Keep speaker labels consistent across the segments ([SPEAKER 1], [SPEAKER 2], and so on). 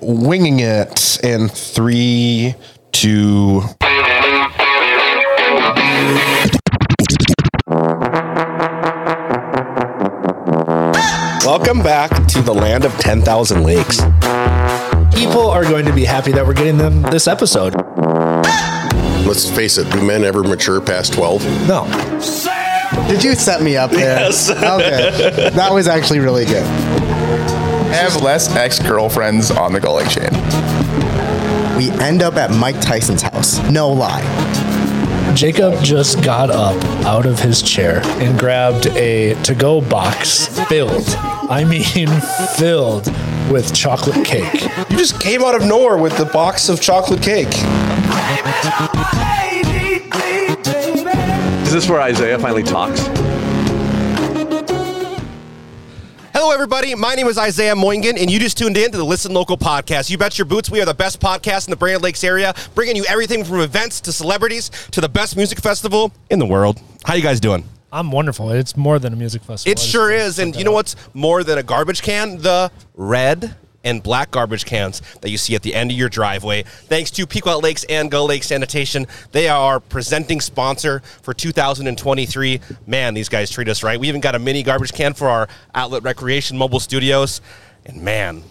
[SPEAKER 1] winging it in three, two. Welcome back to the land of 10,000 lakes.
[SPEAKER 2] People are going to be happy that we're getting them this episode.
[SPEAKER 3] Let's face it, do men ever mature past 12?
[SPEAKER 2] No.
[SPEAKER 4] Did you set me up there? Yes. Okay. That was actually really good.
[SPEAKER 5] Have less ex girlfriends on the gulling chain.
[SPEAKER 4] We end up at Mike Tyson's house. No lie.
[SPEAKER 2] Jacob just got up out of his chair and grabbed a to go box filled, I mean, filled with chocolate cake.
[SPEAKER 1] You just came out of nowhere with the box of chocolate cake.
[SPEAKER 6] Is this where Isaiah finally talks?
[SPEAKER 7] Hello, everybody. My name is Isaiah Moingen, and you just tuned in to the Listen Local podcast. You bet your boots we are the best podcast in the Brand Lakes area, bringing you everything from events to celebrities to the best music festival in the world. How you guys doing?
[SPEAKER 8] I'm wonderful. It's more than a music festival.
[SPEAKER 7] It sure is. And you know what's more than a garbage can? The red and black garbage cans that you see at the end of your driveway. Thanks to Pequot Lakes and Gull Lake Sanitation. They are our presenting sponsor for 2023. Man, these guys treat us right. We even got a mini garbage can for our Outlet Recreation Mobile Studios. And man,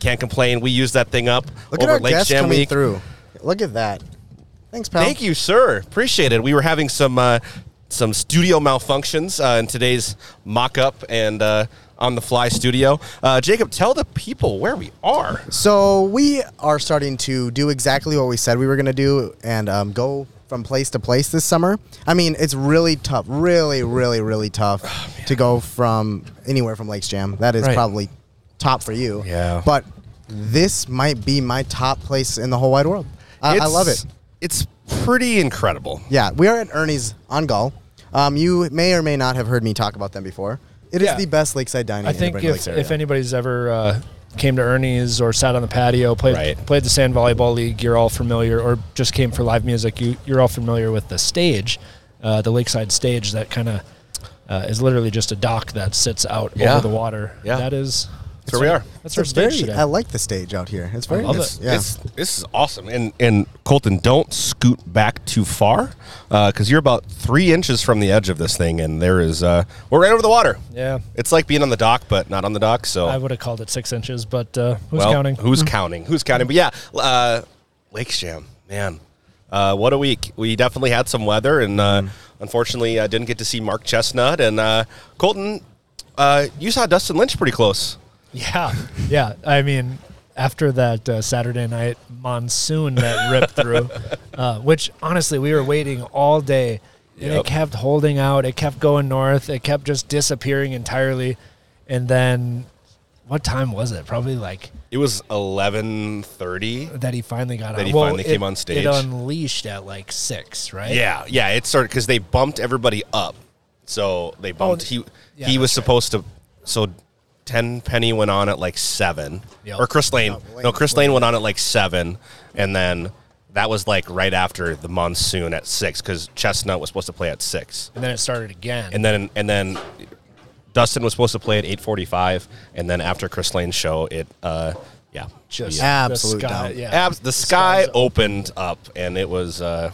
[SPEAKER 7] can't complain. We used that thing up
[SPEAKER 4] Look at our guest coming through. Look at that. Thanks, pal.
[SPEAKER 7] Thank you, sir. Appreciate it. We were having some uh, some studio malfunctions uh, in today's mock-up and uh, on-the-fly studio. Uh, Jacob, tell the people where we are.
[SPEAKER 4] So we are starting to do exactly what we said we were going to do and um, go from place to place this summer. I mean, it's really tough, really, really, really tough to go from anywhere from Lakes Jam. That is
[SPEAKER 2] Right.
[SPEAKER 4] probably top for you.
[SPEAKER 7] Yeah.
[SPEAKER 4] But this might be my top place in the whole wide world. I, I
[SPEAKER 7] It's-
[SPEAKER 4] love it.
[SPEAKER 7] It's pretty incredible.
[SPEAKER 4] Yeah, we are at Ernie's on Gull. Um, you may or may not have heard me talk about them before. It is
[SPEAKER 8] Yeah.
[SPEAKER 4] the best lakeside dining.
[SPEAKER 8] I
[SPEAKER 4] in the
[SPEAKER 8] think
[SPEAKER 4] Great
[SPEAKER 8] if,
[SPEAKER 4] Lakes area.
[SPEAKER 8] if anybody's ever uh, came to Ernie's or sat on the patio, played
[SPEAKER 7] Right.
[SPEAKER 8] played the sand volleyball league, you're all familiar, or just came for live music, you you're all familiar with the stage, uh, the lakeside stage that kind of uh, is literally just a dock that sits out
[SPEAKER 7] Yeah.
[SPEAKER 8] over the water.
[SPEAKER 7] Yeah.
[SPEAKER 8] that is. That's
[SPEAKER 7] where we are.
[SPEAKER 8] That's
[SPEAKER 4] It's
[SPEAKER 8] our
[SPEAKER 4] a very-
[SPEAKER 8] stage today.
[SPEAKER 4] I like the stage out here. It's very
[SPEAKER 8] love
[SPEAKER 4] nice.
[SPEAKER 8] it.
[SPEAKER 4] Yeah.
[SPEAKER 7] It's, this is awesome. And and Colton, don't scoot back too far because you're about three inches from the edge of this thing, and there is uh, we're right over the water.
[SPEAKER 8] Yeah.
[SPEAKER 7] it's like being on the dock, but not on the dock. So
[SPEAKER 8] I would have called it six inches, but uh, who's
[SPEAKER 7] well,
[SPEAKER 8] counting?
[SPEAKER 7] Who's counting? Who's counting? But yeah, uh, Lakes Jam, man. Uh, what a week! We definitely had some weather, and uh,
[SPEAKER 8] Hmm.
[SPEAKER 7] unfortunately, I didn't get to see Mark Chestnut and uh, Colton. Uh, you saw Dustin Lynch pretty close.
[SPEAKER 8] Yeah, yeah. I mean, after that uh, Saturday night monsoon that ripped through, uh, which honestly we were waiting all day, and
[SPEAKER 7] Yep.
[SPEAKER 8] it kept holding out. It kept going north. It kept just disappearing entirely, and then what time was it? Probably like
[SPEAKER 7] It was eleven thirty.
[SPEAKER 8] that he finally got
[SPEAKER 7] That
[SPEAKER 8] on.
[SPEAKER 7] he finally
[SPEAKER 8] it-
[SPEAKER 7] came on stage.
[SPEAKER 8] It unleashed at like six, right?
[SPEAKER 7] Yeah, yeah. It started because they bumped everybody up. So they bumped. he
[SPEAKER 8] yeah,
[SPEAKER 7] he was
[SPEAKER 8] that's
[SPEAKER 7] supposed to. So ten penny went on at like seven,
[SPEAKER 8] Yep.
[SPEAKER 7] or Chris Lane. no, Chris Lane went on at like seven, and then that was like right after the monsoon at six because Chestnut was supposed to play at six,
[SPEAKER 8] And then it started again.
[SPEAKER 7] and then and then Dustin was supposed to play at eight forty five, and then after Chris Lane's show, it uh yeah
[SPEAKER 8] just
[SPEAKER 7] yeah.
[SPEAKER 4] Absolute
[SPEAKER 8] the sky,
[SPEAKER 4] doubt.
[SPEAKER 8] yeah.
[SPEAKER 7] Abs- the sky opened up and it was uh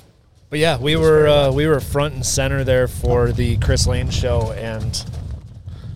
[SPEAKER 8] But yeah, we were uh, we were front and center there for the Chris Lane show, and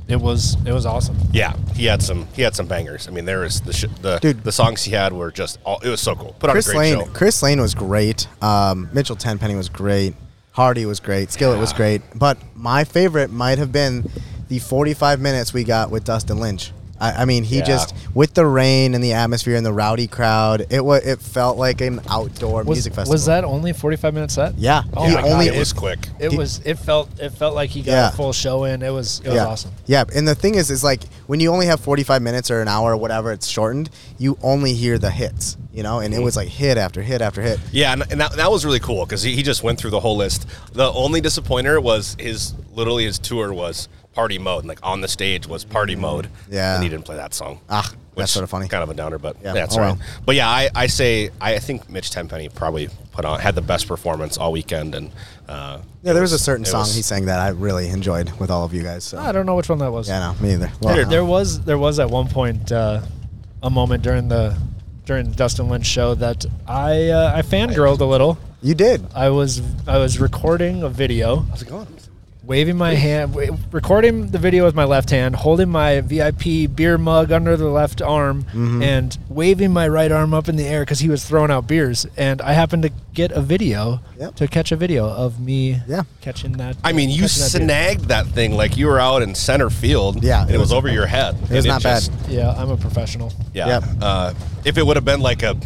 [SPEAKER 8] it was it was awesome.
[SPEAKER 7] Yeah, he had some he had some bangers. I mean, there is the sh- the
[SPEAKER 4] Dude.
[SPEAKER 7] the songs he had were just all it was so cool. Put on
[SPEAKER 4] Chris
[SPEAKER 7] a great
[SPEAKER 4] Lane.
[SPEAKER 7] show.
[SPEAKER 4] Chris Lane was great. Um, Mitchell Tenpenny was great. Hardy was great. Skillet was great. But my favorite might have been the 45 minutes we got with Dustin Lynch. I, I mean, he
[SPEAKER 7] Yeah.
[SPEAKER 4] just with the rain and the atmosphere and the rowdy crowd, it was it felt like an outdoor
[SPEAKER 8] Was,
[SPEAKER 4] music festival.
[SPEAKER 8] was that only forty five minute set?
[SPEAKER 4] Yeah.
[SPEAKER 8] Oh
[SPEAKER 4] He
[SPEAKER 8] my
[SPEAKER 4] only-
[SPEAKER 8] God.
[SPEAKER 7] it was quick.
[SPEAKER 8] It was. It felt. It felt like he got
[SPEAKER 4] Yeah.
[SPEAKER 8] a full show in. It was. It was
[SPEAKER 4] yeah.
[SPEAKER 8] awesome.
[SPEAKER 4] Yeah, and the thing is, is like when you only have 45 minutes or an hour or whatever, it's shortened. You only hear the hits, you know,
[SPEAKER 8] Mm-hmm.
[SPEAKER 4] and it was like hit after hit after hit.
[SPEAKER 7] Yeah, and, and that, that was really cool because he, he just went through the whole list. The only disappointer was his literally his tour was party mode. and, Like on the stage was party mode.
[SPEAKER 4] Yeah.
[SPEAKER 7] and he didn't play that song.
[SPEAKER 4] Ah, that's sorta funny.
[SPEAKER 7] Kind of a downer, but yeah,
[SPEAKER 4] Yeah,
[SPEAKER 7] that's
[SPEAKER 4] oh
[SPEAKER 7] right.
[SPEAKER 4] well.
[SPEAKER 7] But yeah, I, I say I, I think Mitch Tenpenny probably put on had the best performance all weekend and. Uh,
[SPEAKER 4] Yeah, there was a certain
[SPEAKER 7] it
[SPEAKER 4] song
[SPEAKER 7] was-
[SPEAKER 4] he sang that I really enjoyed with all of you guys. So.
[SPEAKER 8] I don't know which one that was.
[SPEAKER 4] Yeah, no, me either. Well, uh,
[SPEAKER 8] There, there was there was at one point uh, a moment during the during the Dustin Lynch show that I uh, I fangirled a little.
[SPEAKER 4] You did.
[SPEAKER 8] I was I was recording a video. How's it going? Waving my hand, wa- recording the video with my left hand, holding my VIP beer mug under the left arm,
[SPEAKER 4] Mm-hmm.
[SPEAKER 8] and waving my right arm up in the air because he was throwing out beers. And I happened to get a video
[SPEAKER 4] Yep.
[SPEAKER 8] to catch a video of me
[SPEAKER 4] Yeah.
[SPEAKER 8] catching that.
[SPEAKER 7] I mean, you
[SPEAKER 8] catching that beer.
[SPEAKER 7] snagged that thing like you were out in center field.
[SPEAKER 4] Yeah,
[SPEAKER 7] and it,
[SPEAKER 4] it
[SPEAKER 7] was,
[SPEAKER 4] was-
[SPEAKER 7] over your head. It
[SPEAKER 4] was not bad.
[SPEAKER 8] Yeah, I'm a professional.
[SPEAKER 7] Yeah.
[SPEAKER 4] Yep.
[SPEAKER 7] Uh, if it would have been like a,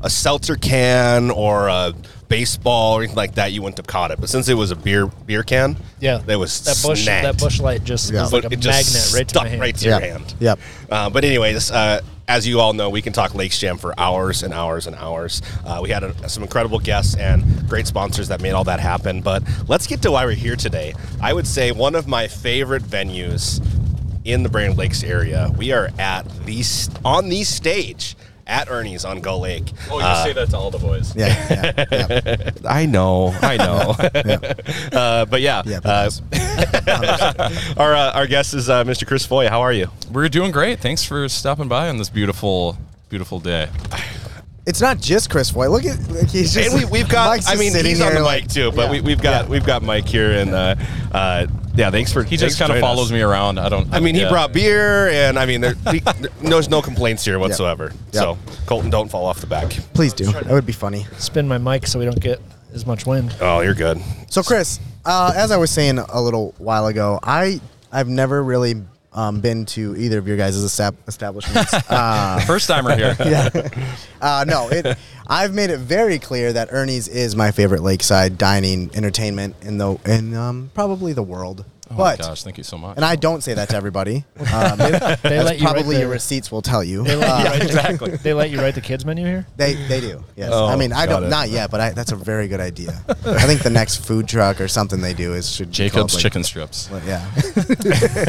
[SPEAKER 7] a seltzer can or a baseball or anything like that, you wouldn't have caught it. But since it was a beer beer can,
[SPEAKER 8] Yeah,
[SPEAKER 7] that was
[SPEAKER 8] that bush.
[SPEAKER 7] snagged.
[SPEAKER 8] That bush light just
[SPEAKER 4] Yeah.
[SPEAKER 8] was like a
[SPEAKER 7] But it
[SPEAKER 8] magnet
[SPEAKER 7] just
[SPEAKER 8] right to
[SPEAKER 7] stuck
[SPEAKER 8] my hand.
[SPEAKER 7] right to
[SPEAKER 4] Yeah.
[SPEAKER 7] your hand.
[SPEAKER 4] Yep.
[SPEAKER 7] Uh, but anyways, uh, as you all know, we can talk Lakes Jam for hours and hours and hours. Uh, we had a, some incredible guests and great sponsors that made all that happen. But let's get to why we're here today. I would say one of my favorite venues in the Brand Lakes area. We are at the st- on the stage at Ernie's on Gull Lake. Uh,
[SPEAKER 9] Oh, you say that to all the boys.
[SPEAKER 4] Yeah. yeah, yeah.
[SPEAKER 7] I know, I know. uh, but yeah,
[SPEAKER 4] Yeah,
[SPEAKER 7] uh, our uh, our guest is uh, Mr. Chris Foy. How are you?
[SPEAKER 9] We're doing great. Thanks for stopping by on this beautiful, beautiful day.
[SPEAKER 4] It's not just Chris Foy. Look at like, he's just.
[SPEAKER 7] and we, we've got.
[SPEAKER 4] Mike's
[SPEAKER 7] I
[SPEAKER 4] just
[SPEAKER 7] mean,
[SPEAKER 4] sitting
[SPEAKER 7] he's on the
[SPEAKER 4] here,
[SPEAKER 7] mic
[SPEAKER 4] like-
[SPEAKER 7] too, but
[SPEAKER 4] Yeah.
[SPEAKER 7] we, we've got we've got Mike here, and uh, uh, yeah, thanks for.
[SPEAKER 9] He just kind of follows me around. I don't.
[SPEAKER 7] I mean, he
[SPEAKER 9] yeah.
[SPEAKER 7] brought beer, and I mean, there, he, there- there's no complaints here whatsoever.
[SPEAKER 4] Yeah.
[SPEAKER 7] So, Colton, don't fall off the back.
[SPEAKER 4] Please do. That would be funny.
[SPEAKER 8] Spin my mic so we don't get as much wind.
[SPEAKER 7] Oh, you're good.
[SPEAKER 4] So, Chris, uh, as I was saying a little while ago, I I've never really um, been to either of your guys' estab- establishments. uh,
[SPEAKER 9] First timer here.
[SPEAKER 4] uh, no, it, I've made it very clear that Ernie's is my favorite lakeside dining entertainment in the in um, probably the world.
[SPEAKER 9] Oh
[SPEAKER 4] but
[SPEAKER 9] my gosh, thank you so much.
[SPEAKER 4] and I don't say that to everybody. Um, it- that's
[SPEAKER 8] let you write
[SPEAKER 4] probably
[SPEAKER 8] the-
[SPEAKER 4] your receipts will tell you.
[SPEAKER 8] They let,
[SPEAKER 4] Uh,
[SPEAKER 8] you write The, they let you write the kids menu here.
[SPEAKER 4] They, they do. Yes.
[SPEAKER 7] Oh,
[SPEAKER 4] I mean, I
[SPEAKER 7] got
[SPEAKER 4] don't
[SPEAKER 7] it.
[SPEAKER 4] not yet, but I, that's a very good idea. I think the next food truck or something they do is should be
[SPEAKER 9] Jacob's
[SPEAKER 4] called, like,
[SPEAKER 9] chicken strips,
[SPEAKER 4] Yeah.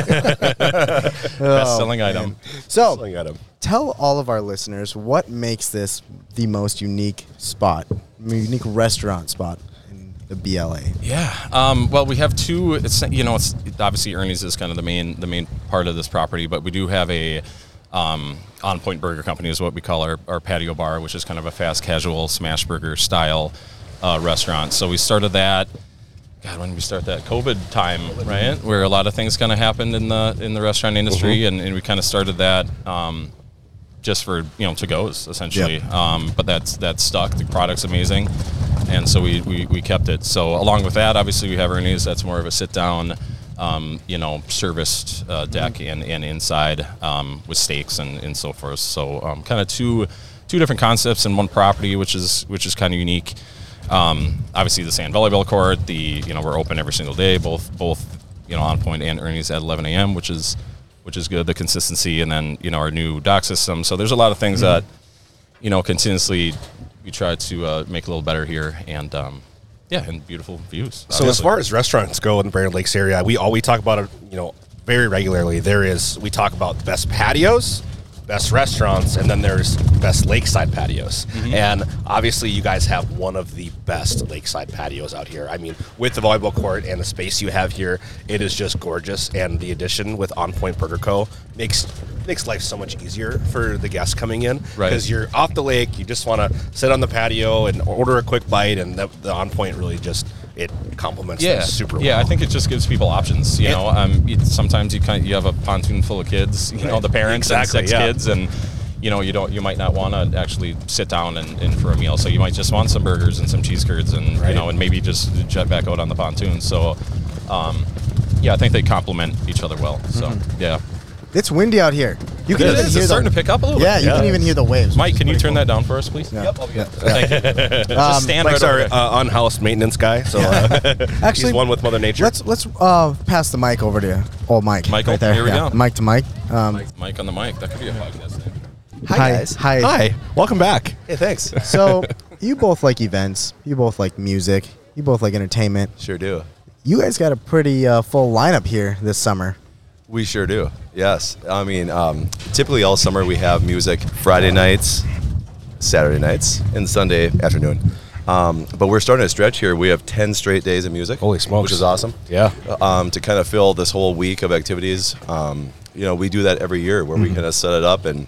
[SPEAKER 4] Oh,
[SPEAKER 9] best selling item.
[SPEAKER 4] So
[SPEAKER 7] Look at him.
[SPEAKER 4] tell all of our listeners what makes this the most unique spot, unique restaurant spot in the BLA.
[SPEAKER 9] Yeah. Um, well, we have two. It's you know, it's obviously Ernie's is kind of the main the main part of this property, but we do have a um, on point burger company is what we call our, our patio bar, which is kind of a fast casual smash burger style uh, restaurant. So we started that. God, when did we start that COVID time, right? Where a lot of things kind of happened in the in the restaurant industry, and, and we kind of started that. Um, just for you know to goes essentially. Um, but that's that stuck. The product's amazing, and so we, we we kept it. So along with that, obviously we have Ernie's. That's more of a sit down, um, you know, serviced uh, deck and and inside um, with steaks and and so forth. So um, kind of two two different concepts in one property, which is which is kind of unique. Um, obviously the sand volleyball court. The you know we're open every single day. Both both you know on point and Ernie's at 11 a.m. which is which is good. The consistency, and then you know our new doc system. So there's a lot of things
[SPEAKER 7] Mm-hmm.
[SPEAKER 9] that you know continuously we try to uh, make a little better here, and um, yeah, and beautiful views.
[SPEAKER 7] So as far as restaurants go in the Brand Lakes area, we all we talk about it, you know, very regularly. There is we talk about the best patios, best restaurants, and then there's best lakeside patios. And obviously, you guys have one of the best lakeside patios out here. I mean, with the volleyball court and the space you have here, it is just gorgeous. And the addition with On Point Burger Co. makes makes life so much easier for the guests coming in
[SPEAKER 9] Right.
[SPEAKER 7] because you're off the lake. You just want to sit on the patio and order a quick bite, and the, the On Point really just it complements
[SPEAKER 9] yeah,
[SPEAKER 7] them super
[SPEAKER 9] yeah,
[SPEAKER 7] well.
[SPEAKER 9] I think it just gives people options. You
[SPEAKER 7] Yeah.
[SPEAKER 9] know, um, you, sometimes you kind you have a pontoon full of kids. You know,
[SPEAKER 7] Right.
[SPEAKER 9] the parents
[SPEAKER 7] Exactly,
[SPEAKER 9] and six
[SPEAKER 7] yeah.
[SPEAKER 9] kids, and you know you don't you might not want to actually sit down and, and for a meal. So you might just want some burgers and some cheese curds, and
[SPEAKER 7] Right.
[SPEAKER 9] you know, and maybe just jet back out on the pontoon. So, um, yeah, I think they complement each other well. So yeah,
[SPEAKER 4] It's windy out here. You
[SPEAKER 9] It is. It's starting to pick up a little.
[SPEAKER 4] Yeah,
[SPEAKER 9] bit.
[SPEAKER 4] you can even hear the waves.
[SPEAKER 9] Mike, can you turn that down for us, please?
[SPEAKER 4] Yeah.
[SPEAKER 9] Yep. Thank you.
[SPEAKER 4] Um,
[SPEAKER 9] Just stand
[SPEAKER 7] Mike's
[SPEAKER 9] right over
[SPEAKER 7] our
[SPEAKER 9] there.
[SPEAKER 7] uh, on-house maintenance guy, so uh,
[SPEAKER 4] Actually,
[SPEAKER 7] he's one with Mother Nature.
[SPEAKER 4] Let's let's uh, pass the mic over to old Mike.
[SPEAKER 9] Michael,
[SPEAKER 4] right there.
[SPEAKER 9] here we go.
[SPEAKER 4] yeah. Mike to Mike. Um,
[SPEAKER 9] Mike on the mic. That could be a podcast name.
[SPEAKER 4] Hi, guys. Hi.
[SPEAKER 7] Hi, welcome back. Hey, thanks.
[SPEAKER 4] So you both like events. You both like music. You both like entertainment.
[SPEAKER 10] Sure do.
[SPEAKER 4] You guys got a pretty uh, full lineup here this summer.
[SPEAKER 10] We sure do. Yes. I mean, um, typically all summer we have music Friday nights, Saturday nights, and Sunday afternoon. Um, but we're starting to stretch here. We have 10 straight days of music. Holy smokes. Which is awesome.
[SPEAKER 7] Yeah.
[SPEAKER 10] Um, to kind of fill this whole week of activities. Um, you know, we do that every year where we kind of set it up and,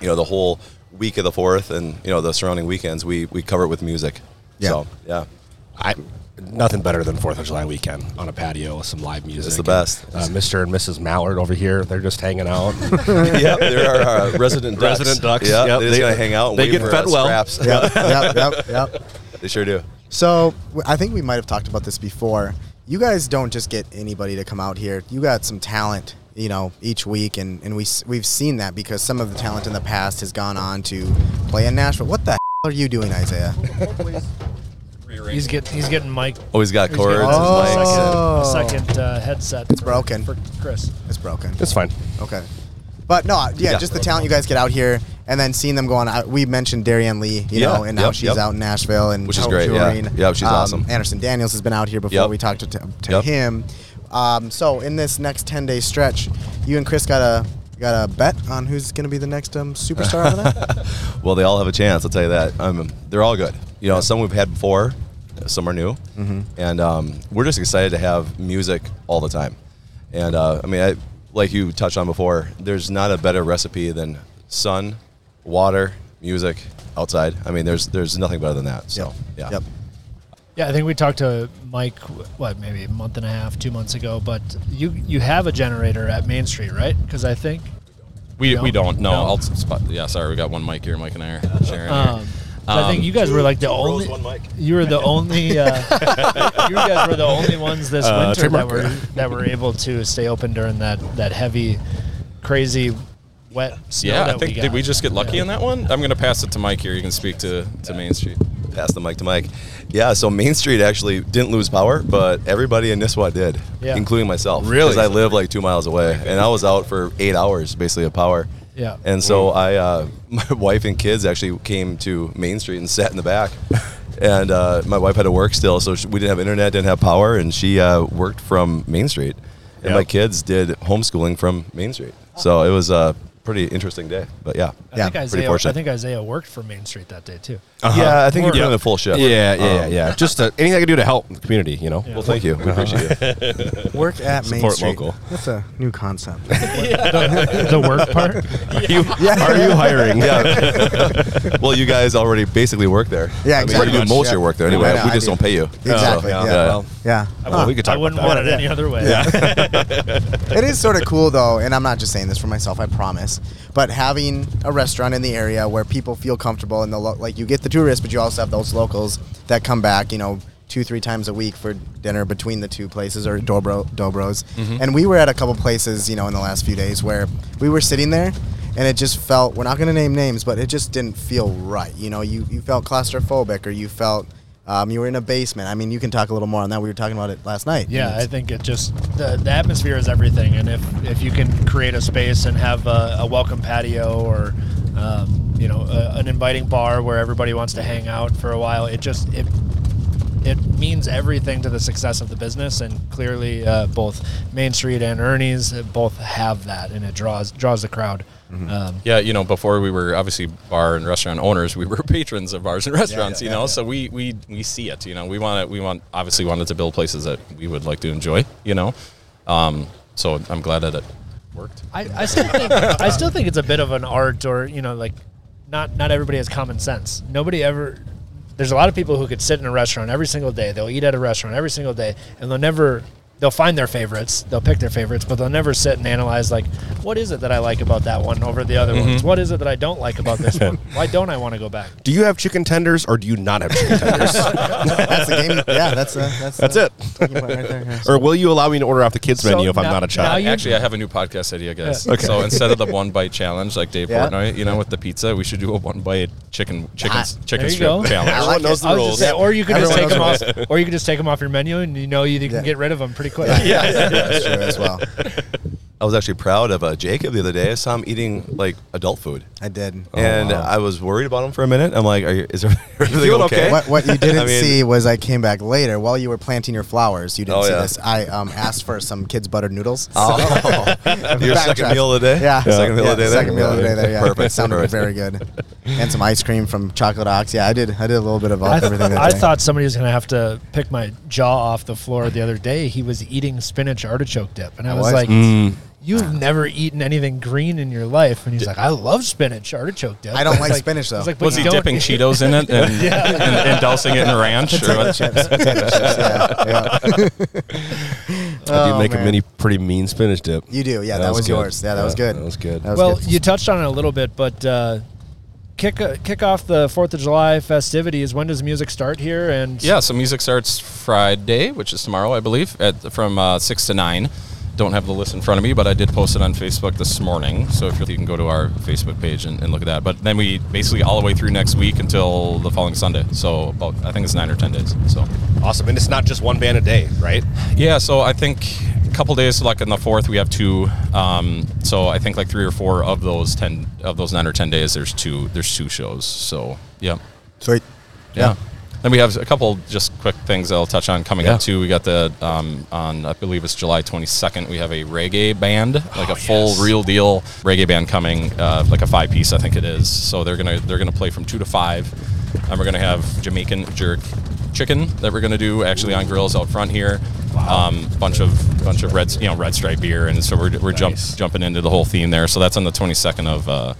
[SPEAKER 10] you know, the whole
[SPEAKER 11] week of the fourth and you know the surrounding weekends, we we cover it with music.
[SPEAKER 12] Yeah.
[SPEAKER 11] So yeah.
[SPEAKER 7] I nothing better than Fourth of July weekend on a patio with some live music.
[SPEAKER 11] It's the best.
[SPEAKER 7] Uh, Mr. and Mrs. Mallard over here, they're just hanging out.
[SPEAKER 11] yep, they're our uh, resident ducks.
[SPEAKER 7] Resident ducks.
[SPEAKER 11] Yeah,
[SPEAKER 7] Yep,
[SPEAKER 11] they're just
[SPEAKER 7] they-
[SPEAKER 11] gonna hang out. And
[SPEAKER 7] they
[SPEAKER 11] wait
[SPEAKER 7] get
[SPEAKER 11] for
[SPEAKER 7] fed
[SPEAKER 11] us
[SPEAKER 7] well.
[SPEAKER 11] Scraps.
[SPEAKER 4] Yep, yep, yep, yep.
[SPEAKER 11] They sure do.
[SPEAKER 4] So w- I think we might have talked about this before. You guys don't just get anybody to come out here. You got some talent, you know, each week, and and we s- we've seen that because some of the talent in the past has gone on to play in Nashville. What the hell are you doing, Isaiah?
[SPEAKER 8] He's getting he's getting mic.
[SPEAKER 11] Oh, he's got
[SPEAKER 8] he's getting a
[SPEAKER 11] cords. and mics.
[SPEAKER 8] second- a
[SPEAKER 4] Oh.
[SPEAKER 8] second uh, headset.
[SPEAKER 4] It's broken.
[SPEAKER 8] for Chris.
[SPEAKER 4] It's broken.
[SPEAKER 7] it's fine.
[SPEAKER 4] Okay. But no, yeah,
[SPEAKER 11] Yeah.
[SPEAKER 4] just the talent you guys get out here, and then seeing them go on. I- We mentioned Darian Lee, you
[SPEAKER 11] Yeah,
[SPEAKER 4] know, and now
[SPEAKER 11] yep,
[SPEAKER 4] she's
[SPEAKER 11] yep.
[SPEAKER 4] out in Nashville and
[SPEAKER 11] Which is
[SPEAKER 4] out
[SPEAKER 11] great, yeah.
[SPEAKER 4] touring.
[SPEAKER 11] Yep, she's
[SPEAKER 4] Um,
[SPEAKER 11] awesome.
[SPEAKER 4] Anderson Daniels has been out here before.
[SPEAKER 11] Yep.
[SPEAKER 4] We talked to, to
[SPEAKER 11] Yep.
[SPEAKER 4] him. Um, so in this next ten day stretch, you and Chris got a got a bet on who's going to be the next um, superstar out of that.
[SPEAKER 11] Well, they all have a chance. I'll tell you that. Um, they're all good. You know, some we've had before, some are new,
[SPEAKER 4] Mm-hmm.
[SPEAKER 11] and um, we're just excited to have music all the time. And uh, I mean, I, like you touched on before, there's not a better recipe than sun, water, music outside. I mean, there's there's nothing better than that. So yeah,
[SPEAKER 4] Yep.
[SPEAKER 8] Yeah, I think we talked to Mike what maybe a month and a half, two months ago. But you you have a generator at Main Street, right? Because I think
[SPEAKER 9] We,
[SPEAKER 8] No.
[SPEAKER 9] we don't. No,
[SPEAKER 8] No.
[SPEAKER 9] I'll spot. Yeah, sorry. We got one mic here. Mike and I are sharing. here.
[SPEAKER 8] Um, but I think
[SPEAKER 9] Um,
[SPEAKER 8] you guys were like the only. You were the only. Uh, you guys were the only ones this
[SPEAKER 9] Uh,
[SPEAKER 8] winter that were that were able to stay open during that that heavy, crazy, wet snow.
[SPEAKER 9] Yeah, I
[SPEAKER 8] that
[SPEAKER 9] think
[SPEAKER 8] we
[SPEAKER 9] did we
[SPEAKER 8] got.
[SPEAKER 9] just get lucky
[SPEAKER 8] Yeah.
[SPEAKER 9] on that one? I'm gonna pass it to Mike here. You can speak to to Main Street.
[SPEAKER 11] Pass the mic to Mike. Yeah, so Main Street actually didn't lose power, but everybody in Nisswa did,
[SPEAKER 8] Yeah.
[SPEAKER 11] including myself.
[SPEAKER 7] Really?
[SPEAKER 11] Because I live like two miles away, and I was out for eight hours basically of power.
[SPEAKER 8] Yeah.
[SPEAKER 11] And so I, uh, my wife and kids actually came to Main Street and sat in the back. And uh, my wife had to work still, so she, we didn't have internet, didn't have power, and she uh, worked from Main Street. And
[SPEAKER 7] Yeah.
[SPEAKER 11] my kids did homeschooling from Main Street. So it was a pretty interesting day. But yeah,
[SPEAKER 8] I
[SPEAKER 4] Yeah,
[SPEAKER 8] think
[SPEAKER 4] pretty
[SPEAKER 8] Isaiah.
[SPEAKER 11] fortunate.
[SPEAKER 8] I think Isaiah worked for Main Street that day too.
[SPEAKER 7] Uh-huh.
[SPEAKER 11] yeah, I think you
[SPEAKER 8] Or-
[SPEAKER 11] put in a full shift. Um,
[SPEAKER 7] Yeah, yeah, yeah. Just uh anything I can do to help the community, you know.
[SPEAKER 11] Well, thank you. We appreciate it.
[SPEAKER 7] uh-huh.
[SPEAKER 4] Work at Main
[SPEAKER 7] Support
[SPEAKER 4] Street.
[SPEAKER 7] local.
[SPEAKER 4] That's a new concept.
[SPEAKER 8] the, the work part.
[SPEAKER 7] Are you hiring?
[SPEAKER 11] Yeah. well, you guys already basically work there.
[SPEAKER 4] Yeah,
[SPEAKER 11] I mean,
[SPEAKER 4] exactly.
[SPEAKER 11] you do most
[SPEAKER 4] Yeah.
[SPEAKER 11] of your work there
[SPEAKER 4] Yeah,
[SPEAKER 11] anyway.
[SPEAKER 4] I know,
[SPEAKER 11] we
[SPEAKER 4] I
[SPEAKER 11] just
[SPEAKER 4] do.
[SPEAKER 11] don't pay you.
[SPEAKER 4] exactly.
[SPEAKER 11] So,
[SPEAKER 4] yeah.
[SPEAKER 11] Oh, yeah.
[SPEAKER 4] Well, yeah.
[SPEAKER 7] Well, we could
[SPEAKER 8] I
[SPEAKER 7] talk
[SPEAKER 8] wouldn't
[SPEAKER 7] about
[SPEAKER 8] want it
[SPEAKER 7] that.
[SPEAKER 8] any other way.
[SPEAKER 4] It is sort of cool though, and I'm not just saying this for myself, I promise. But having a restaurant in the area where people feel comfortable and the lo- like you get the tourists, but you also have those locals that come back, you know, two three times a week for dinner between the two places or dobro dobros. And we were at a couple places, you know, in the last few days where we were sitting there and it just felt we're not going to name names, but it just didn't feel right. You know, you you felt claustrophobic or you felt um, you were in a basement. I mean, you can talk a little more on that. We were talking about it last night.
[SPEAKER 8] Yeah, I think it just the, the atmosphere is everything, and if if you can create a space and have a, a welcome patio or um, you know a, an inviting bar where everybody wants to hang out for a while, it just it it means everything to the success of the business, and clearly uh, both Main Street and Ernie's uh, both have that, and it draws draws the crowd. Um,
[SPEAKER 9] Yeah, you know, before we were obviously bar and restaurant owners, we were patrons of bars and restaurants. you know, so we, we we see it. You know, we want to we want obviously wanted to build places that we would like to enjoy. You know, um, so I'm glad that it worked.
[SPEAKER 8] I, I still think I still think it's a bit of an art, or you know, like not not everybody has common sense. Nobody ever. There's a lot of people who could sit in a restaurant every single day. They'll eat at a restaurant every single day, and they'll never. They'll find their favorites. They'll pick their favorites, but they'll never sit and analyze like, what is it that I like about that one over the other ones? What is it that I don't like about this one? Why don't I want to go back?
[SPEAKER 7] Do you have chicken tenders or do you not have chicken tenders?
[SPEAKER 4] that's the game. Yeah, that's uh, that's
[SPEAKER 7] That's
[SPEAKER 4] uh,
[SPEAKER 7] it.
[SPEAKER 4] talking about right there, yeah.
[SPEAKER 7] or will you allow me to order off the kids
[SPEAKER 8] So
[SPEAKER 7] menu if I'm
[SPEAKER 8] now-
[SPEAKER 7] not a
[SPEAKER 8] now
[SPEAKER 7] child?
[SPEAKER 8] you-
[SPEAKER 9] Actually, I have a new podcast idea, guys.
[SPEAKER 8] Yeah.
[SPEAKER 9] Okay. So instead of the one bite challenge like Dave
[SPEAKER 4] Yeah.
[SPEAKER 9] Portnoy, you know, with the pizza, we should do a one bite chicken chicken
[SPEAKER 4] Ah,
[SPEAKER 9] chicken
[SPEAKER 8] there you
[SPEAKER 9] strip
[SPEAKER 8] go.
[SPEAKER 9] challenge.
[SPEAKER 4] I like it.
[SPEAKER 8] I was just saying, or you can just take
[SPEAKER 4] Everyone
[SPEAKER 8] them off, or you can just take them off your menu, and you know you can
[SPEAKER 4] Yeah.
[SPEAKER 8] get rid of them pretty quick.
[SPEAKER 4] That's true as well.
[SPEAKER 11] I was actually proud of uh, Jacob the other day. I saw him eating like adult food.
[SPEAKER 4] I did.
[SPEAKER 7] Oh,
[SPEAKER 11] and uh, I was worried about him for a minute. I'm like, are you, is everything
[SPEAKER 7] Feeling
[SPEAKER 11] okay?
[SPEAKER 7] okay?
[SPEAKER 4] What, what you didn't
[SPEAKER 11] I mean-
[SPEAKER 4] see was I came back later while you were planting your flowers. You didn't
[SPEAKER 11] Oh,
[SPEAKER 4] see
[SPEAKER 11] yeah.
[SPEAKER 4] this. I um, asked for some kids' buttered noodles.
[SPEAKER 11] Oh, your second
[SPEAKER 4] Backtrack.
[SPEAKER 11] meal of the day?
[SPEAKER 4] Yeah.
[SPEAKER 11] Second meal of the day
[SPEAKER 4] Yeah,
[SPEAKER 11] there?
[SPEAKER 4] Second meal of the day there. Yeah.
[SPEAKER 11] Perfect.
[SPEAKER 4] It sounded
[SPEAKER 11] perfect.
[SPEAKER 4] very good. And some ice cream from Chocolate Ox. Yeah, I did. I did a little bit of all,
[SPEAKER 8] I,
[SPEAKER 4] everything. that
[SPEAKER 8] I
[SPEAKER 4] day.
[SPEAKER 8] thought somebody was going to have to pick my jaw off the floor the other day. He was eating spinach artichoke dip, and I was,
[SPEAKER 4] was?
[SPEAKER 7] Mm.
[SPEAKER 8] like, You've never eaten anything green in your life, and he's like, "I love spinach, artichoke dip."
[SPEAKER 4] I don't
[SPEAKER 8] It's
[SPEAKER 4] like spinach, though.
[SPEAKER 8] it's but
[SPEAKER 9] Was
[SPEAKER 8] you
[SPEAKER 9] he
[SPEAKER 8] don't-
[SPEAKER 9] dipping Cheetos in it and,
[SPEAKER 8] Yeah.
[SPEAKER 9] and, and dousing it in ranch? Or what?
[SPEAKER 4] Oh,
[SPEAKER 1] you make
[SPEAKER 4] man.
[SPEAKER 1] a mini, pretty mean spinach dip.
[SPEAKER 4] You do, yeah. That, was,
[SPEAKER 1] good.
[SPEAKER 4] yours. Yeah, that was good.
[SPEAKER 1] That was good.
[SPEAKER 4] That was
[SPEAKER 8] well,
[SPEAKER 4] good.
[SPEAKER 8] you touched on it a little bit, but uh, kick uh, kick off the Fourth of July festivities. When does music start here? And
[SPEAKER 9] Yeah, so music starts Friday, which is tomorrow, I believe, at from uh, six to nine. Don't have the list in front of me, but I did post it on Facebook this morning. So if you're, you can go to our Facebook page and, and look at that. But then we basically all the way through next week until the following Sunday. So about I think it's nine or ten days. So
[SPEAKER 7] Awesome. And it's not just one band a day, right?
[SPEAKER 9] yeah, so I think a couple days like in the fourth we have two. Um, so I think like three or four of those ten of those nine or ten days there's two there's two shows. So yeah.
[SPEAKER 4] Sweet.
[SPEAKER 9] Yeah. Then we have a couple just quick things I'll touch on coming up too. We got the um, on I believe it's July 22nd. We have a reggae band, like a full real deal reggae band coming, uh, like a five piece I think it is. So they're gonna they're gonna play from two to five, and we're gonna have Jamaican jerk chicken that we're gonna do actually on grills out front here. Um, bunch of bunch of red you know red stripe beer, and so we're we're jump, jumping into the whole theme there. So that's on the 22nd of. Uh,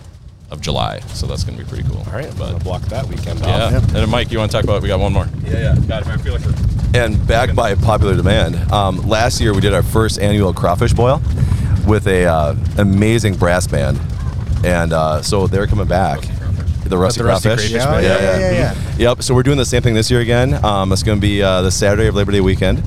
[SPEAKER 9] of July, so that's going to be pretty cool. All right, but
[SPEAKER 7] Block that weekend off.
[SPEAKER 9] yeah. And then, Mike, you want to talk about? We got one more.
[SPEAKER 10] Yeah, yeah.
[SPEAKER 9] God, I feel like we're
[SPEAKER 10] and backed by popular demand. Um, last year, we did our first annual crawfish boil with a uh, amazing brass band, and uh, so they're coming back. The rusty
[SPEAKER 2] The Rusty
[SPEAKER 10] crawfish.
[SPEAKER 2] Crayfish
[SPEAKER 4] Yeah, Band. yeah, yeah, yeah,
[SPEAKER 10] Yep. So we're doing the same thing this year again. Um, it's going to be uh, the Saturday of Labor Day weekend,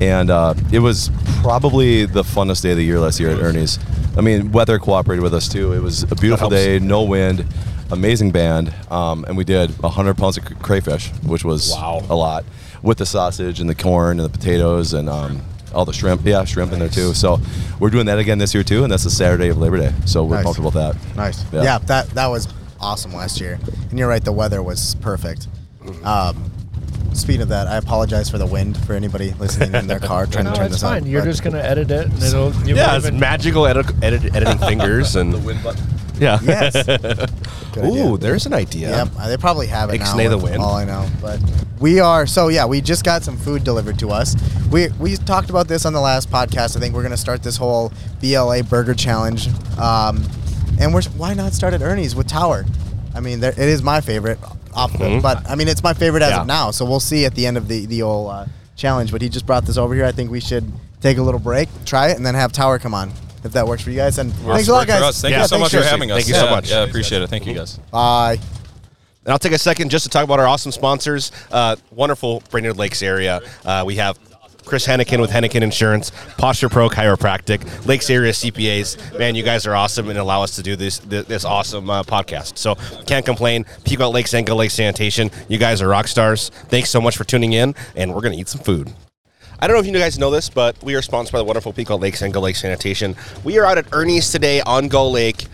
[SPEAKER 10] and uh, it was probably the funnest day of the year last year at Ernie's. I mean, weather cooperated with us too. It was a beautiful day, no wind, amazing band, um, and we did 100 pounds of cr- crayfish, which was a lot with the sausage and the corn and the potatoes and um, all the shrimp. Yeah, shrimp in there too. So we're doing that again this year too, and that's the Saturday of Labor Day. So we're
[SPEAKER 4] Nice.
[SPEAKER 10] comfortable with that.
[SPEAKER 4] Nice.
[SPEAKER 10] Yeah.
[SPEAKER 4] Yeah. that that was awesome last year. And you're right, the weather was perfect. Um, speaking of that, I apologize for the wind for anybody listening in their car trying
[SPEAKER 8] no,
[SPEAKER 4] to turn
[SPEAKER 8] it's
[SPEAKER 4] this
[SPEAKER 8] fine.
[SPEAKER 4] on.
[SPEAKER 8] You're
[SPEAKER 4] but-
[SPEAKER 8] just gonna edit it, and it'll you
[SPEAKER 7] Yeah,
[SPEAKER 8] won't
[SPEAKER 7] it's
[SPEAKER 8] even-
[SPEAKER 7] magical edit- edit- editing fingers and yeah.
[SPEAKER 4] yes. Good idea.
[SPEAKER 1] Ooh, there's an idea.
[SPEAKER 4] Yep, uh, they probably have it now.
[SPEAKER 7] Ixnay the
[SPEAKER 4] with
[SPEAKER 7] wind.
[SPEAKER 4] All I know, but we are. So yeah, we just got some food delivered to us. We we talked about this on the last podcast. I think we're gonna start this whole BLA burger challenge. Um, and we're why not start at Ernie's with Tower? I mean, there, it is my favorite, off
[SPEAKER 9] Mm-hmm.
[SPEAKER 4] but I mean it's my favorite as
[SPEAKER 7] Yeah.
[SPEAKER 4] of now. So we'll see at the end of the the old uh, challenge. But he just brought this over here. I think we should take a little break, try it, and then have Tower come on if that works for you guys. And thanks a lot,
[SPEAKER 9] Worked for
[SPEAKER 4] guys.
[SPEAKER 9] us. Thank
[SPEAKER 4] Yeah,
[SPEAKER 9] you so
[SPEAKER 4] thanks,
[SPEAKER 9] much for
[SPEAKER 4] seriously.
[SPEAKER 9] having us.
[SPEAKER 7] Thank you so
[SPEAKER 9] Yeah,
[SPEAKER 7] much.
[SPEAKER 9] Yeah, appreciate it. Thank you guys.
[SPEAKER 4] Bye.
[SPEAKER 7] And I'll take a second just to talk about our awesome sponsors. Uh, wonderful Brainerd Lakes area. Uh, we have Chris Hennigan with Hennigan Insurance, Posture Pro Chiropractic, Lakes Area CPAs. Man, you guys are awesome and allow us to do this this, this awesome uh, podcast. So can't complain. Pequot Lakes and Go Lake Sanitation. You guys are rock stars. Thanks so much for tuning in, and we're gonna eat some food. I don't know if you guys know this, but we are sponsored by the wonderful Pequot Lakes and Go Lake Sanitation. We are out at Ernie's today on Go Lake,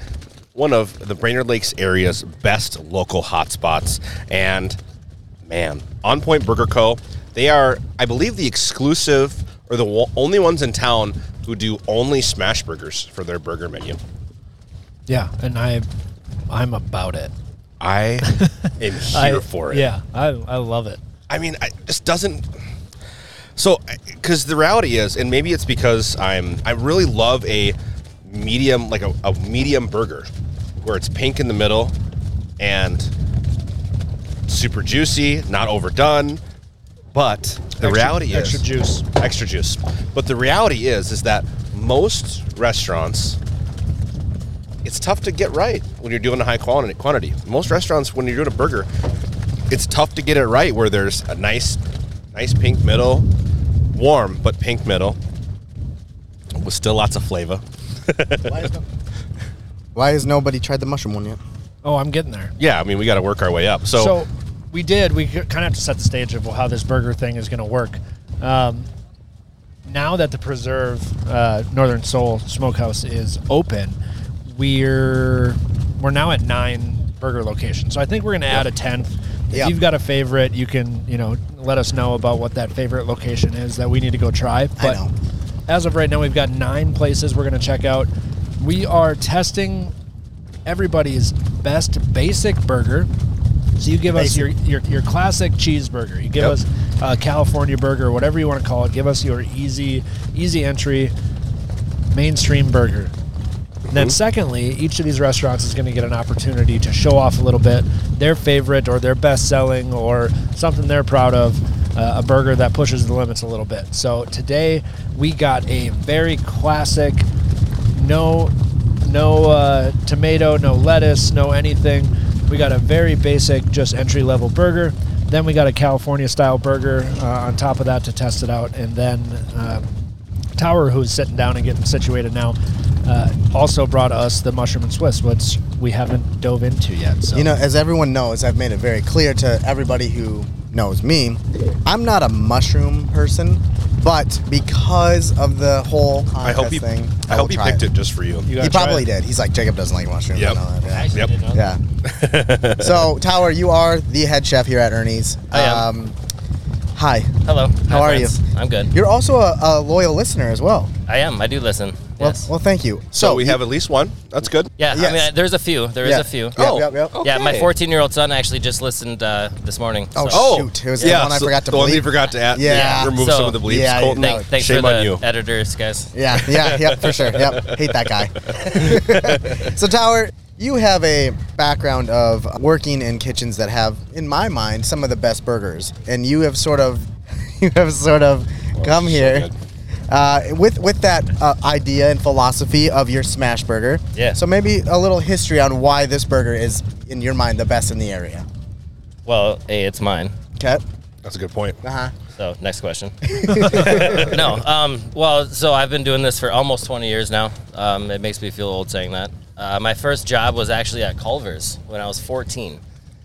[SPEAKER 7] one of the Brainerd Lakes area's best local hotspots. And man, On Point Burger Co. They are, I believe, the exclusive or the wo- only ones in town who do only smash burgers for their burger menu.
[SPEAKER 8] yeah, and I, I'm about it.
[SPEAKER 7] I am here
[SPEAKER 8] I-
[SPEAKER 7] for it.
[SPEAKER 8] Yeah, I I love it.
[SPEAKER 7] I mean, I just doesn't. So, because the reality is, and maybe it's because I'm, I really love a medium, like a, a medium burger, where it's pink in the middle, and super juicy, not overdone. But the reality
[SPEAKER 8] extra
[SPEAKER 7] is
[SPEAKER 8] juice.
[SPEAKER 7] extra juice. But the reality is, is that most restaurants, it's tough to get right when you're doing a high quantity. Quantity. Most restaurants, when you're doing a burger, it's tough to get it right where there's a nice, nice pink middle, warm but pink middle, with still lots of flavor.
[SPEAKER 4] Why has nobody tried the mushroom one yet?
[SPEAKER 8] Oh, I'm getting there.
[SPEAKER 7] Yeah, I mean we got to work our way up. So,
[SPEAKER 8] So we did. We kind of have to set the stage of how this burger thing is going to work. Um, now that the Preserve uh, Northern Soul Smokehouse is open, we're we're now at nine burger locations. So I think we're going to add a tenth. If
[SPEAKER 4] Yeah.
[SPEAKER 8] you've got a favorite, you can you know let us know about what that favorite location is that we need to go try. But
[SPEAKER 4] know.
[SPEAKER 8] as of right now, we've got nine places we're going to check out. We are testing everybody's best basic burger. So you give us your, your your classic cheeseburger. You give us a California burger, whatever you want to call it. Give us your easy easy entry. mainstream burger. And then, secondly, each of these restaurants is going to get an opportunity to show off a little bit their favorite or their best selling or something they're proud of, uh, a burger that pushes the limits a little bit. So, today we got a very classic, no, no uh, tomato, no lettuce, no anything. We got a very basic, just entry level burger. Then we got a California style burger uh, on top of that to test it out. And then um, Tower, who's sitting down and getting situated now, uh, also brought us the mushroom and Swiss, which we haven't dove into yet. So
[SPEAKER 4] You know, as everyone knows, I've made it very clear to everybody who knows me, I'm not a mushroom person, but because of the whole contest
[SPEAKER 7] I hope he,
[SPEAKER 4] thing,
[SPEAKER 7] I
[SPEAKER 4] will
[SPEAKER 7] hope he
[SPEAKER 4] try
[SPEAKER 7] picked it. just for you.
[SPEAKER 8] You
[SPEAKER 4] He
[SPEAKER 8] gotta try
[SPEAKER 4] probably
[SPEAKER 8] it.
[SPEAKER 4] did. He's like Jacob doesn't like mushrooms.
[SPEAKER 7] Yep.
[SPEAKER 4] and all that." Yeah.
[SPEAKER 7] Yep.
[SPEAKER 4] Yeah. so, Tower, you are the head chef here at Ernie's.
[SPEAKER 11] I am.
[SPEAKER 4] Um, hi.
[SPEAKER 11] Hello.
[SPEAKER 4] How
[SPEAKER 11] Hi,
[SPEAKER 4] are you?
[SPEAKER 11] friends. I'm good.
[SPEAKER 4] You're also a, a loyal listener as well.
[SPEAKER 11] I am. I do listen.
[SPEAKER 4] Well,
[SPEAKER 11] yes.
[SPEAKER 4] well thank you.
[SPEAKER 7] So, we have at least one. That's good.
[SPEAKER 11] yeah. I
[SPEAKER 4] yes.
[SPEAKER 11] mean, I, there's a few. There is
[SPEAKER 4] Yeah.
[SPEAKER 11] a few.
[SPEAKER 4] Yep, Oh, yep, yep.
[SPEAKER 11] Yeah. My
[SPEAKER 7] okay.
[SPEAKER 11] 14 year old son actually just listened uh, this morning.
[SPEAKER 4] Oh,
[SPEAKER 11] so-
[SPEAKER 4] shoot. It was
[SPEAKER 7] yeah,
[SPEAKER 4] the one I
[SPEAKER 7] so
[SPEAKER 4] forgot to
[SPEAKER 7] the one you
[SPEAKER 4] bleep.
[SPEAKER 7] forgot to add.
[SPEAKER 4] Yeah.
[SPEAKER 7] remove
[SPEAKER 11] So-
[SPEAKER 7] some of the bleeps.
[SPEAKER 4] Yeah,
[SPEAKER 7] Colton,
[SPEAKER 4] no.
[SPEAKER 11] Thank- thanks
[SPEAKER 7] shame
[SPEAKER 11] for
[SPEAKER 7] on
[SPEAKER 11] the
[SPEAKER 7] you.
[SPEAKER 11] editors, guys.
[SPEAKER 4] Yeah, yeah, yeah, for sure. Yep, hate that guy. so, Tower, you have a background of working in kitchens that have, in my mind, some of the best burgers, and you have sort of, you have sort of come here.
[SPEAKER 7] Oh, good.
[SPEAKER 4] Uh, with with that uh, idea and philosophy of your smash burger,
[SPEAKER 11] Yeah.
[SPEAKER 4] So maybe a little history on why this burger is, in your mind, the best in the area.
[SPEAKER 11] Well, A, it's mine.
[SPEAKER 4] Okay.
[SPEAKER 7] That's a good point.
[SPEAKER 4] Uh huh.
[SPEAKER 11] So, next question. no. Um, well, so I've been doing this for almost 20 years now. Um, it makes me feel old saying that. Uh, my first job was actually at Culver's when I was 14.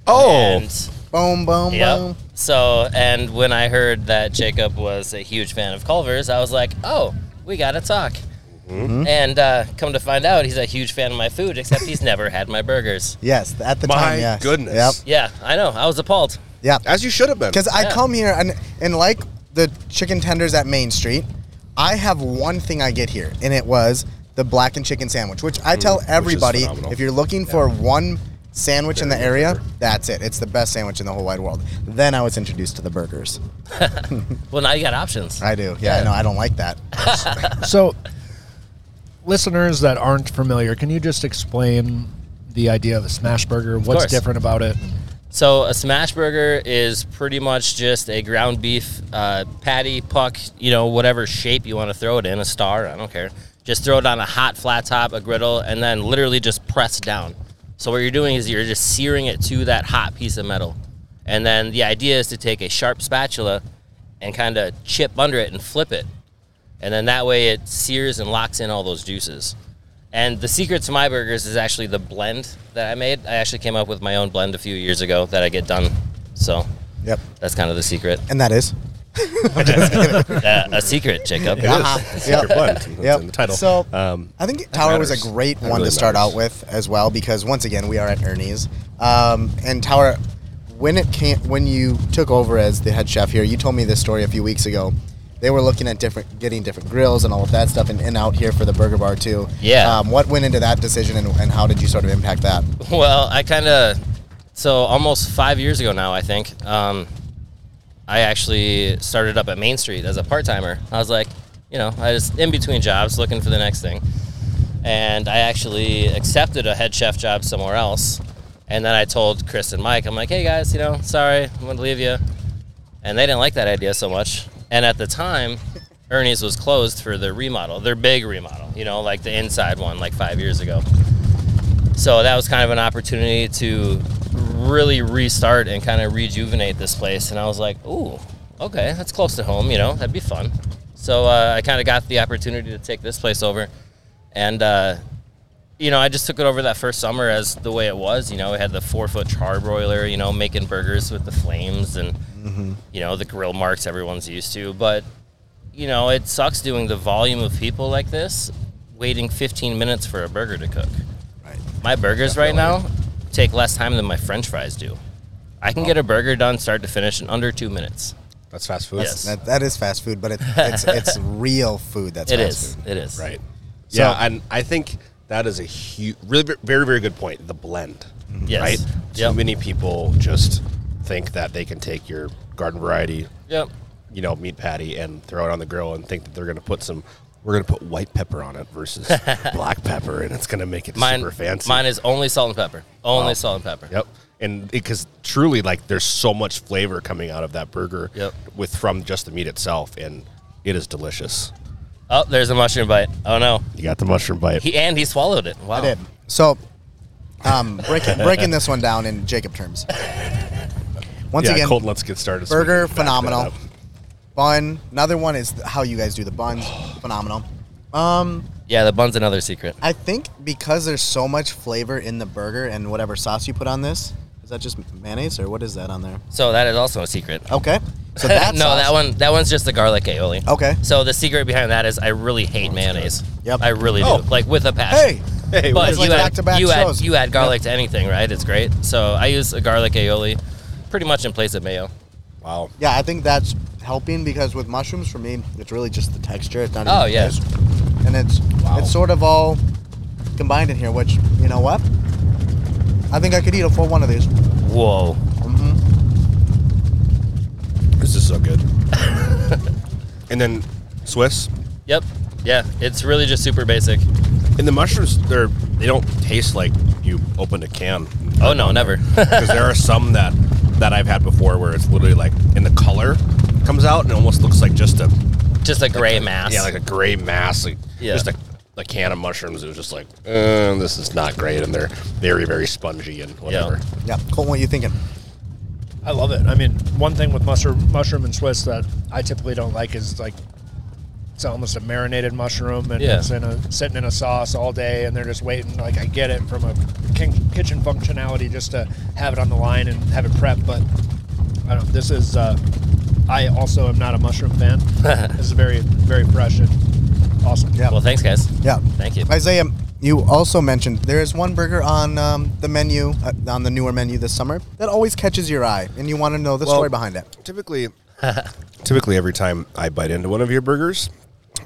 [SPEAKER 7] Oh.
[SPEAKER 11] And
[SPEAKER 4] Boom, boom,
[SPEAKER 11] Yep.
[SPEAKER 4] boom.
[SPEAKER 11] So, and when I heard that Jacob was a huge fan of Culver's, I was like, oh, we got to talk. And uh, come to find out, he's a huge fan of my food, except he's never had my burgers.
[SPEAKER 4] Yes, at the
[SPEAKER 7] My
[SPEAKER 4] time. Yes.
[SPEAKER 7] goodness.
[SPEAKER 4] Yep.
[SPEAKER 11] Yeah, I know. I was appalled.
[SPEAKER 4] Yep.
[SPEAKER 7] As you should have been.
[SPEAKER 4] Because I
[SPEAKER 11] Yeah.
[SPEAKER 4] come here and and like the chicken tenders at Main Street, I have one thing I get here, and it was the blackened chicken sandwich, Mm, which I tell everybody
[SPEAKER 7] phenomenal.
[SPEAKER 4] if you're looking for one sandwich in the area, that's it. It's the best sandwich in the whole wide world. Then I was introduced to the burgers.
[SPEAKER 11] Well, now you got options.
[SPEAKER 4] I do. Yeah, no, I don't like that.
[SPEAKER 8] So, listeners that aren't familiar, can you just explain the idea of a smash burger? What's
[SPEAKER 11] course.
[SPEAKER 8] different about it?
[SPEAKER 11] So a smash burger is pretty much just a ground beef uh, patty puck, you know, whatever shape you want to throw it in, a star, I don't care. Just throw it on a hot flat top, a griddle, and then literally just press down. So what you're doing is you're just searing it to that hot piece of metal. And then the idea is to take a sharp spatula and kind of chip under it and flip it. And then that way it sears and locks in all those juices. And the secret to my burgers is actually the blend that I made. I actually came up with my own blend a few years ago that I get done. So
[SPEAKER 4] Yep.
[SPEAKER 11] that's kind of the secret.
[SPEAKER 4] And that is.
[SPEAKER 11] Uh, a secret, Jacob.
[SPEAKER 4] Uh-huh. Yep.
[SPEAKER 7] That's
[SPEAKER 4] Yep.
[SPEAKER 7] in the title.
[SPEAKER 4] So
[SPEAKER 7] Um,
[SPEAKER 4] I think Tower was a
[SPEAKER 7] matters.
[SPEAKER 4] great
[SPEAKER 7] That
[SPEAKER 4] one
[SPEAKER 7] really
[SPEAKER 4] to start
[SPEAKER 7] matters.
[SPEAKER 4] out with as well because once again we are at Ernie's. Um, and Tower, when it came, when you took over as the head chef here, you told me this story a few weeks ago. They were looking at different, getting different grills and all of that stuff, and, and out here for the burger bar too.
[SPEAKER 11] Yeah.
[SPEAKER 4] Um, what went into that decision, and, and how did you sort of impact that?
[SPEAKER 11] Well, I kind of so almost five years ago now, I think. Um, I actually started up at Main Street as a part timer. I was like, you know, I was in between jobs looking for the next thing, and I actually accepted a head chef job somewhere else. And then I told Chris and Mike, I'm like, hey guys, you know, sorry, I'm gonna leave you. And they didn't like that idea so much. And at the time, Ernie's was closed for their remodel, their big remodel, you know, like the inside one, like five years ago. So that was kind of an opportunity to really restart and kind of rejuvenate this place. And I was like, ooh, okay, that's close to home, you know, that'd be fun. So uh, I kind of got the opportunity to take this place over. And, uh, you know, I just took it over that first summer as the way it was. You know, we had the four foot char broiler, you know, making burgers with the flames and, you know, the grill marks everyone's used to. But, you know, it sucks doing the volume of people like this, waiting 15 minutes for a burger to cook. My burgers right now take less time than my French fries do. I can get a burger done start to finish in under two minutes.
[SPEAKER 7] that's fast food.
[SPEAKER 11] Yes.
[SPEAKER 4] That, that is fast food, but it, it's it's real food. That's
[SPEAKER 11] It
[SPEAKER 4] fast
[SPEAKER 11] is.
[SPEAKER 4] food.
[SPEAKER 11] It is.
[SPEAKER 7] Right.
[SPEAKER 4] So-
[SPEAKER 7] yeah, and I think that is a huge, really, very, very good point. The blend.
[SPEAKER 11] Yes.
[SPEAKER 7] Right.
[SPEAKER 11] Yep.
[SPEAKER 7] Too many people just think that they can take your garden variety,
[SPEAKER 11] Yep.
[SPEAKER 7] you know, meat patty and throw it on the grill and think that they're going to put some We're gonna put white pepper on it versus black pepper, and it's gonna make it
[SPEAKER 11] mine,
[SPEAKER 7] super fancy.
[SPEAKER 11] Mine is only salt and pepper. Only
[SPEAKER 7] Wow.
[SPEAKER 11] salt and pepper.
[SPEAKER 7] Yep. And because truly, like, there's so much flavor coming out of that burger
[SPEAKER 11] Yep.
[SPEAKER 7] with from just the meat itself, and it is delicious.
[SPEAKER 11] Oh, there's a mushroom bite. Oh no.
[SPEAKER 7] You got the mushroom bite.
[SPEAKER 11] He and he swallowed it. Wow.
[SPEAKER 4] I did. So, um, breaking, breaking this one down in Jacob terms. Once
[SPEAKER 7] Yeah,
[SPEAKER 4] again,
[SPEAKER 7] Colton, let's get started. so we can
[SPEAKER 4] burger
[SPEAKER 7] back that
[SPEAKER 4] phenomenal.
[SPEAKER 7] up.
[SPEAKER 4] Bun. Another one is how you guys do the buns. phenomenal. Um,
[SPEAKER 11] Yeah, the bun's another secret.
[SPEAKER 4] I think because there's so much flavor in the burger and whatever sauce you put on this, is that just mayonnaise or what is that on there?
[SPEAKER 11] So that is also a secret.
[SPEAKER 4] Okay. So Oh. that
[SPEAKER 11] no,
[SPEAKER 4] sauce-
[SPEAKER 11] that one that one's just the garlic aioli.
[SPEAKER 4] Okay.
[SPEAKER 11] So the secret behind that is I really hate mayonnaise.
[SPEAKER 4] Yep.
[SPEAKER 11] I really
[SPEAKER 4] Oh.
[SPEAKER 11] do. Like with a passion.
[SPEAKER 4] Hey. Hey,
[SPEAKER 11] but
[SPEAKER 4] it's
[SPEAKER 11] you,
[SPEAKER 4] like
[SPEAKER 11] add,
[SPEAKER 4] back-to-back
[SPEAKER 11] you,
[SPEAKER 4] shows.
[SPEAKER 11] add, you add garlic to anything, right? It's great. So I use a garlic aioli pretty much in place of mayo.
[SPEAKER 7] Wow.
[SPEAKER 4] Yeah, I think that's helping because with mushrooms for me, it's really just the texture. It's not.
[SPEAKER 11] Oh,
[SPEAKER 4] even the
[SPEAKER 11] yeah.
[SPEAKER 4] taste. And it's it's sort of all combined in here. Which you know what? I think I could eat a full one of these.
[SPEAKER 11] Whoa.
[SPEAKER 7] This is so good. and then Swiss.
[SPEAKER 11] Yep. Yeah. It's really just super basic.
[SPEAKER 7] And the mushrooms, they're they don't taste like you opened a can.
[SPEAKER 11] Oh no, never.
[SPEAKER 7] Because there are some that that I've had before where it's literally like, and the color comes out and it almost looks like just a
[SPEAKER 11] just a gray mass.
[SPEAKER 7] yeah, like a gray mass, like
[SPEAKER 11] Yeah.
[SPEAKER 7] just a, a can of mushrooms. It was just like, uh, this is not great, and they're very very spongy and whatever.
[SPEAKER 4] Yeah, Colton, what you thinking?
[SPEAKER 2] I love it. I mean, one thing with mushroom, mushroom and Swiss that I typically don't like is like it's almost a marinated mushroom and
[SPEAKER 11] Yeah.
[SPEAKER 2] it's in a, sitting in a sauce all day and they're just waiting. Like I get it from a kin- kitchen functionality just to have it on the line and have it prepped, but I don't. This is. Uh, I also am not a mushroom fan. this is very very fresh and awesome.
[SPEAKER 4] Yeah.
[SPEAKER 11] Well, thanks guys.
[SPEAKER 4] Yeah.
[SPEAKER 11] Thank you.
[SPEAKER 4] Isaiah, you also mentioned there is one burger on um, the menu uh, on the newer menu this summer that always catches your eye, and you want to know the
[SPEAKER 7] Well-
[SPEAKER 4] story behind it.
[SPEAKER 7] Typically, typically every time I bite into one of your burgers,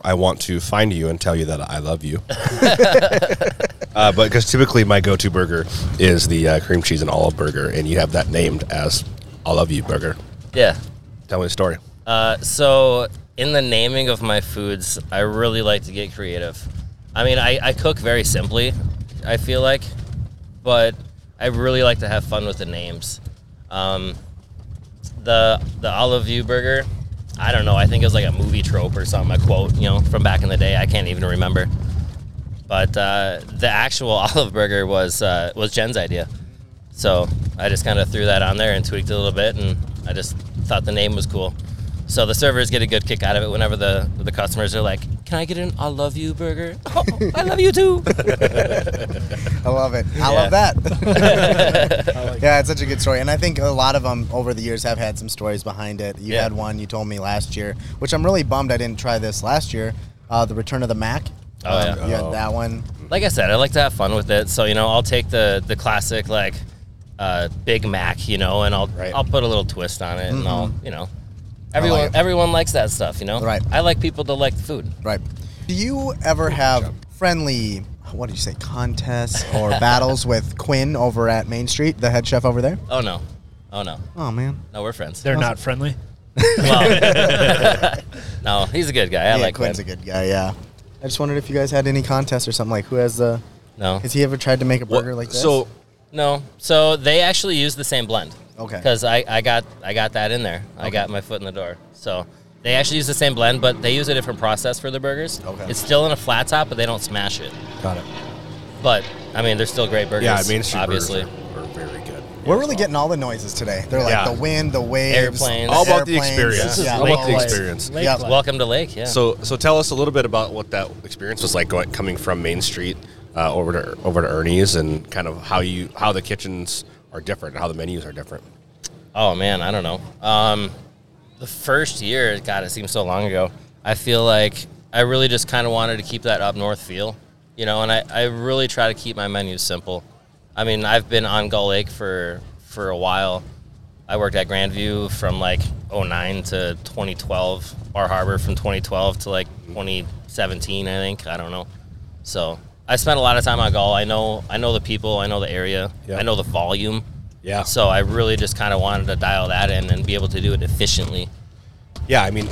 [SPEAKER 7] I want to find you and tell you that I love you. uh, but because typically my go-to burger is the uh, cream cheese and olive burger, and you have that named as "I love you" burger.
[SPEAKER 11] Yeah.
[SPEAKER 7] Tell me the story.
[SPEAKER 11] Uh, so in the naming of my foods, I really like to get creative. I mean, I, I cook very simply, I feel like, but I really like to have fun with the names. Um, the the olive view burger, I don't know. I think it was like a movie trope or something, a quote, you know, from back in the day. I can't even remember. But uh, the actual olive burger was uh, was Jen's idea. So I just kind of threw that on there and tweaked it a little bit, and I just thought the name was cool. So the servers get a good kick out of it whenever the the customers are like, "Can I get an I love you burger? Oh, I love you too."
[SPEAKER 4] I love it. I love that. yeah, it's such a good story, and I think a lot of them over the years have had some stories behind it. You
[SPEAKER 11] Yeah.
[SPEAKER 4] had one you told me last year, which I'm really bummed I didn't try this last year. Uh, the Return of the Mac.
[SPEAKER 11] Oh, yeah.
[SPEAKER 4] You had that one.
[SPEAKER 11] like I said, I like to have fun with it. So you know, I'll take the the classic like uh, Big Mac, you know, and I'll I'll put a little twist on it, and I'll you know, everyone
[SPEAKER 4] Mm-hmm. it.
[SPEAKER 11] everyone likes that stuff, you know.
[SPEAKER 4] Right.
[SPEAKER 11] I like people to like the food.
[SPEAKER 4] Right. Do you ever have friendly? What did you say? Contests or battles with Quinn over at Main Street, the head chef over there?
[SPEAKER 11] Oh no, oh no,
[SPEAKER 4] Oh man.
[SPEAKER 11] no, we're friends.
[SPEAKER 2] They're not friendly.
[SPEAKER 11] Well, no, he's a good guy.
[SPEAKER 4] yeah,
[SPEAKER 11] I like
[SPEAKER 4] Quinn's
[SPEAKER 11] Quinn.
[SPEAKER 4] a good guy. Yeah. I just wondered if you guys had any contests or something like who has the.
[SPEAKER 11] No.
[SPEAKER 4] Has he ever tried to make a burger like this?
[SPEAKER 7] So
[SPEAKER 11] No. So they actually use the same blend.
[SPEAKER 4] Okay.
[SPEAKER 11] Because I, I got I got that in there. I got my foot in the door. So they actually use the same blend, but they use a different process for the burgers.
[SPEAKER 4] Okay.
[SPEAKER 11] It's still in a flat top, but they don't smash it.
[SPEAKER 7] got it.
[SPEAKER 11] But I mean, they're still great burgers.
[SPEAKER 7] Yeah, Main Street
[SPEAKER 11] obviously.
[SPEAKER 7] burgers are, are very good.
[SPEAKER 4] We're really getting all the noises today. They're like
[SPEAKER 7] Yeah.
[SPEAKER 4] the wind, the waves,
[SPEAKER 11] Airplanes. All
[SPEAKER 7] about the
[SPEAKER 4] airplanes.
[SPEAKER 7] experience. This is
[SPEAKER 4] Yeah,
[SPEAKER 7] all about
[SPEAKER 4] all
[SPEAKER 7] the
[SPEAKER 4] waves.
[SPEAKER 7] experience.
[SPEAKER 4] Yeah.
[SPEAKER 11] It's Welcome to Lake. Yeah.
[SPEAKER 7] So, so tell us a little bit about what that experience was like going coming from Main Street uh, over to over to Ernie's, and kind of how you how the kitchens are different, how the menus are different.
[SPEAKER 11] Oh man, I don't know. Um, the first year, God, it seems so long ago. I feel like I really just kind of wanted to keep that up north feel, you know. And I, I really try to keep my menus simple. I mean, I've been on Gull Lake for for a while. I worked at Grandview from like 09 to 2012, Bar Harbor from 2012 to like 2017, I think. I don't know. So I spent a lot of time on Gull. I know I know the people. I know the area.
[SPEAKER 7] Yeah.
[SPEAKER 11] I know the volume.
[SPEAKER 7] Yeah.
[SPEAKER 11] So I really just kind of wanted to dial that in and be able to do it efficiently.
[SPEAKER 7] Yeah, I mean,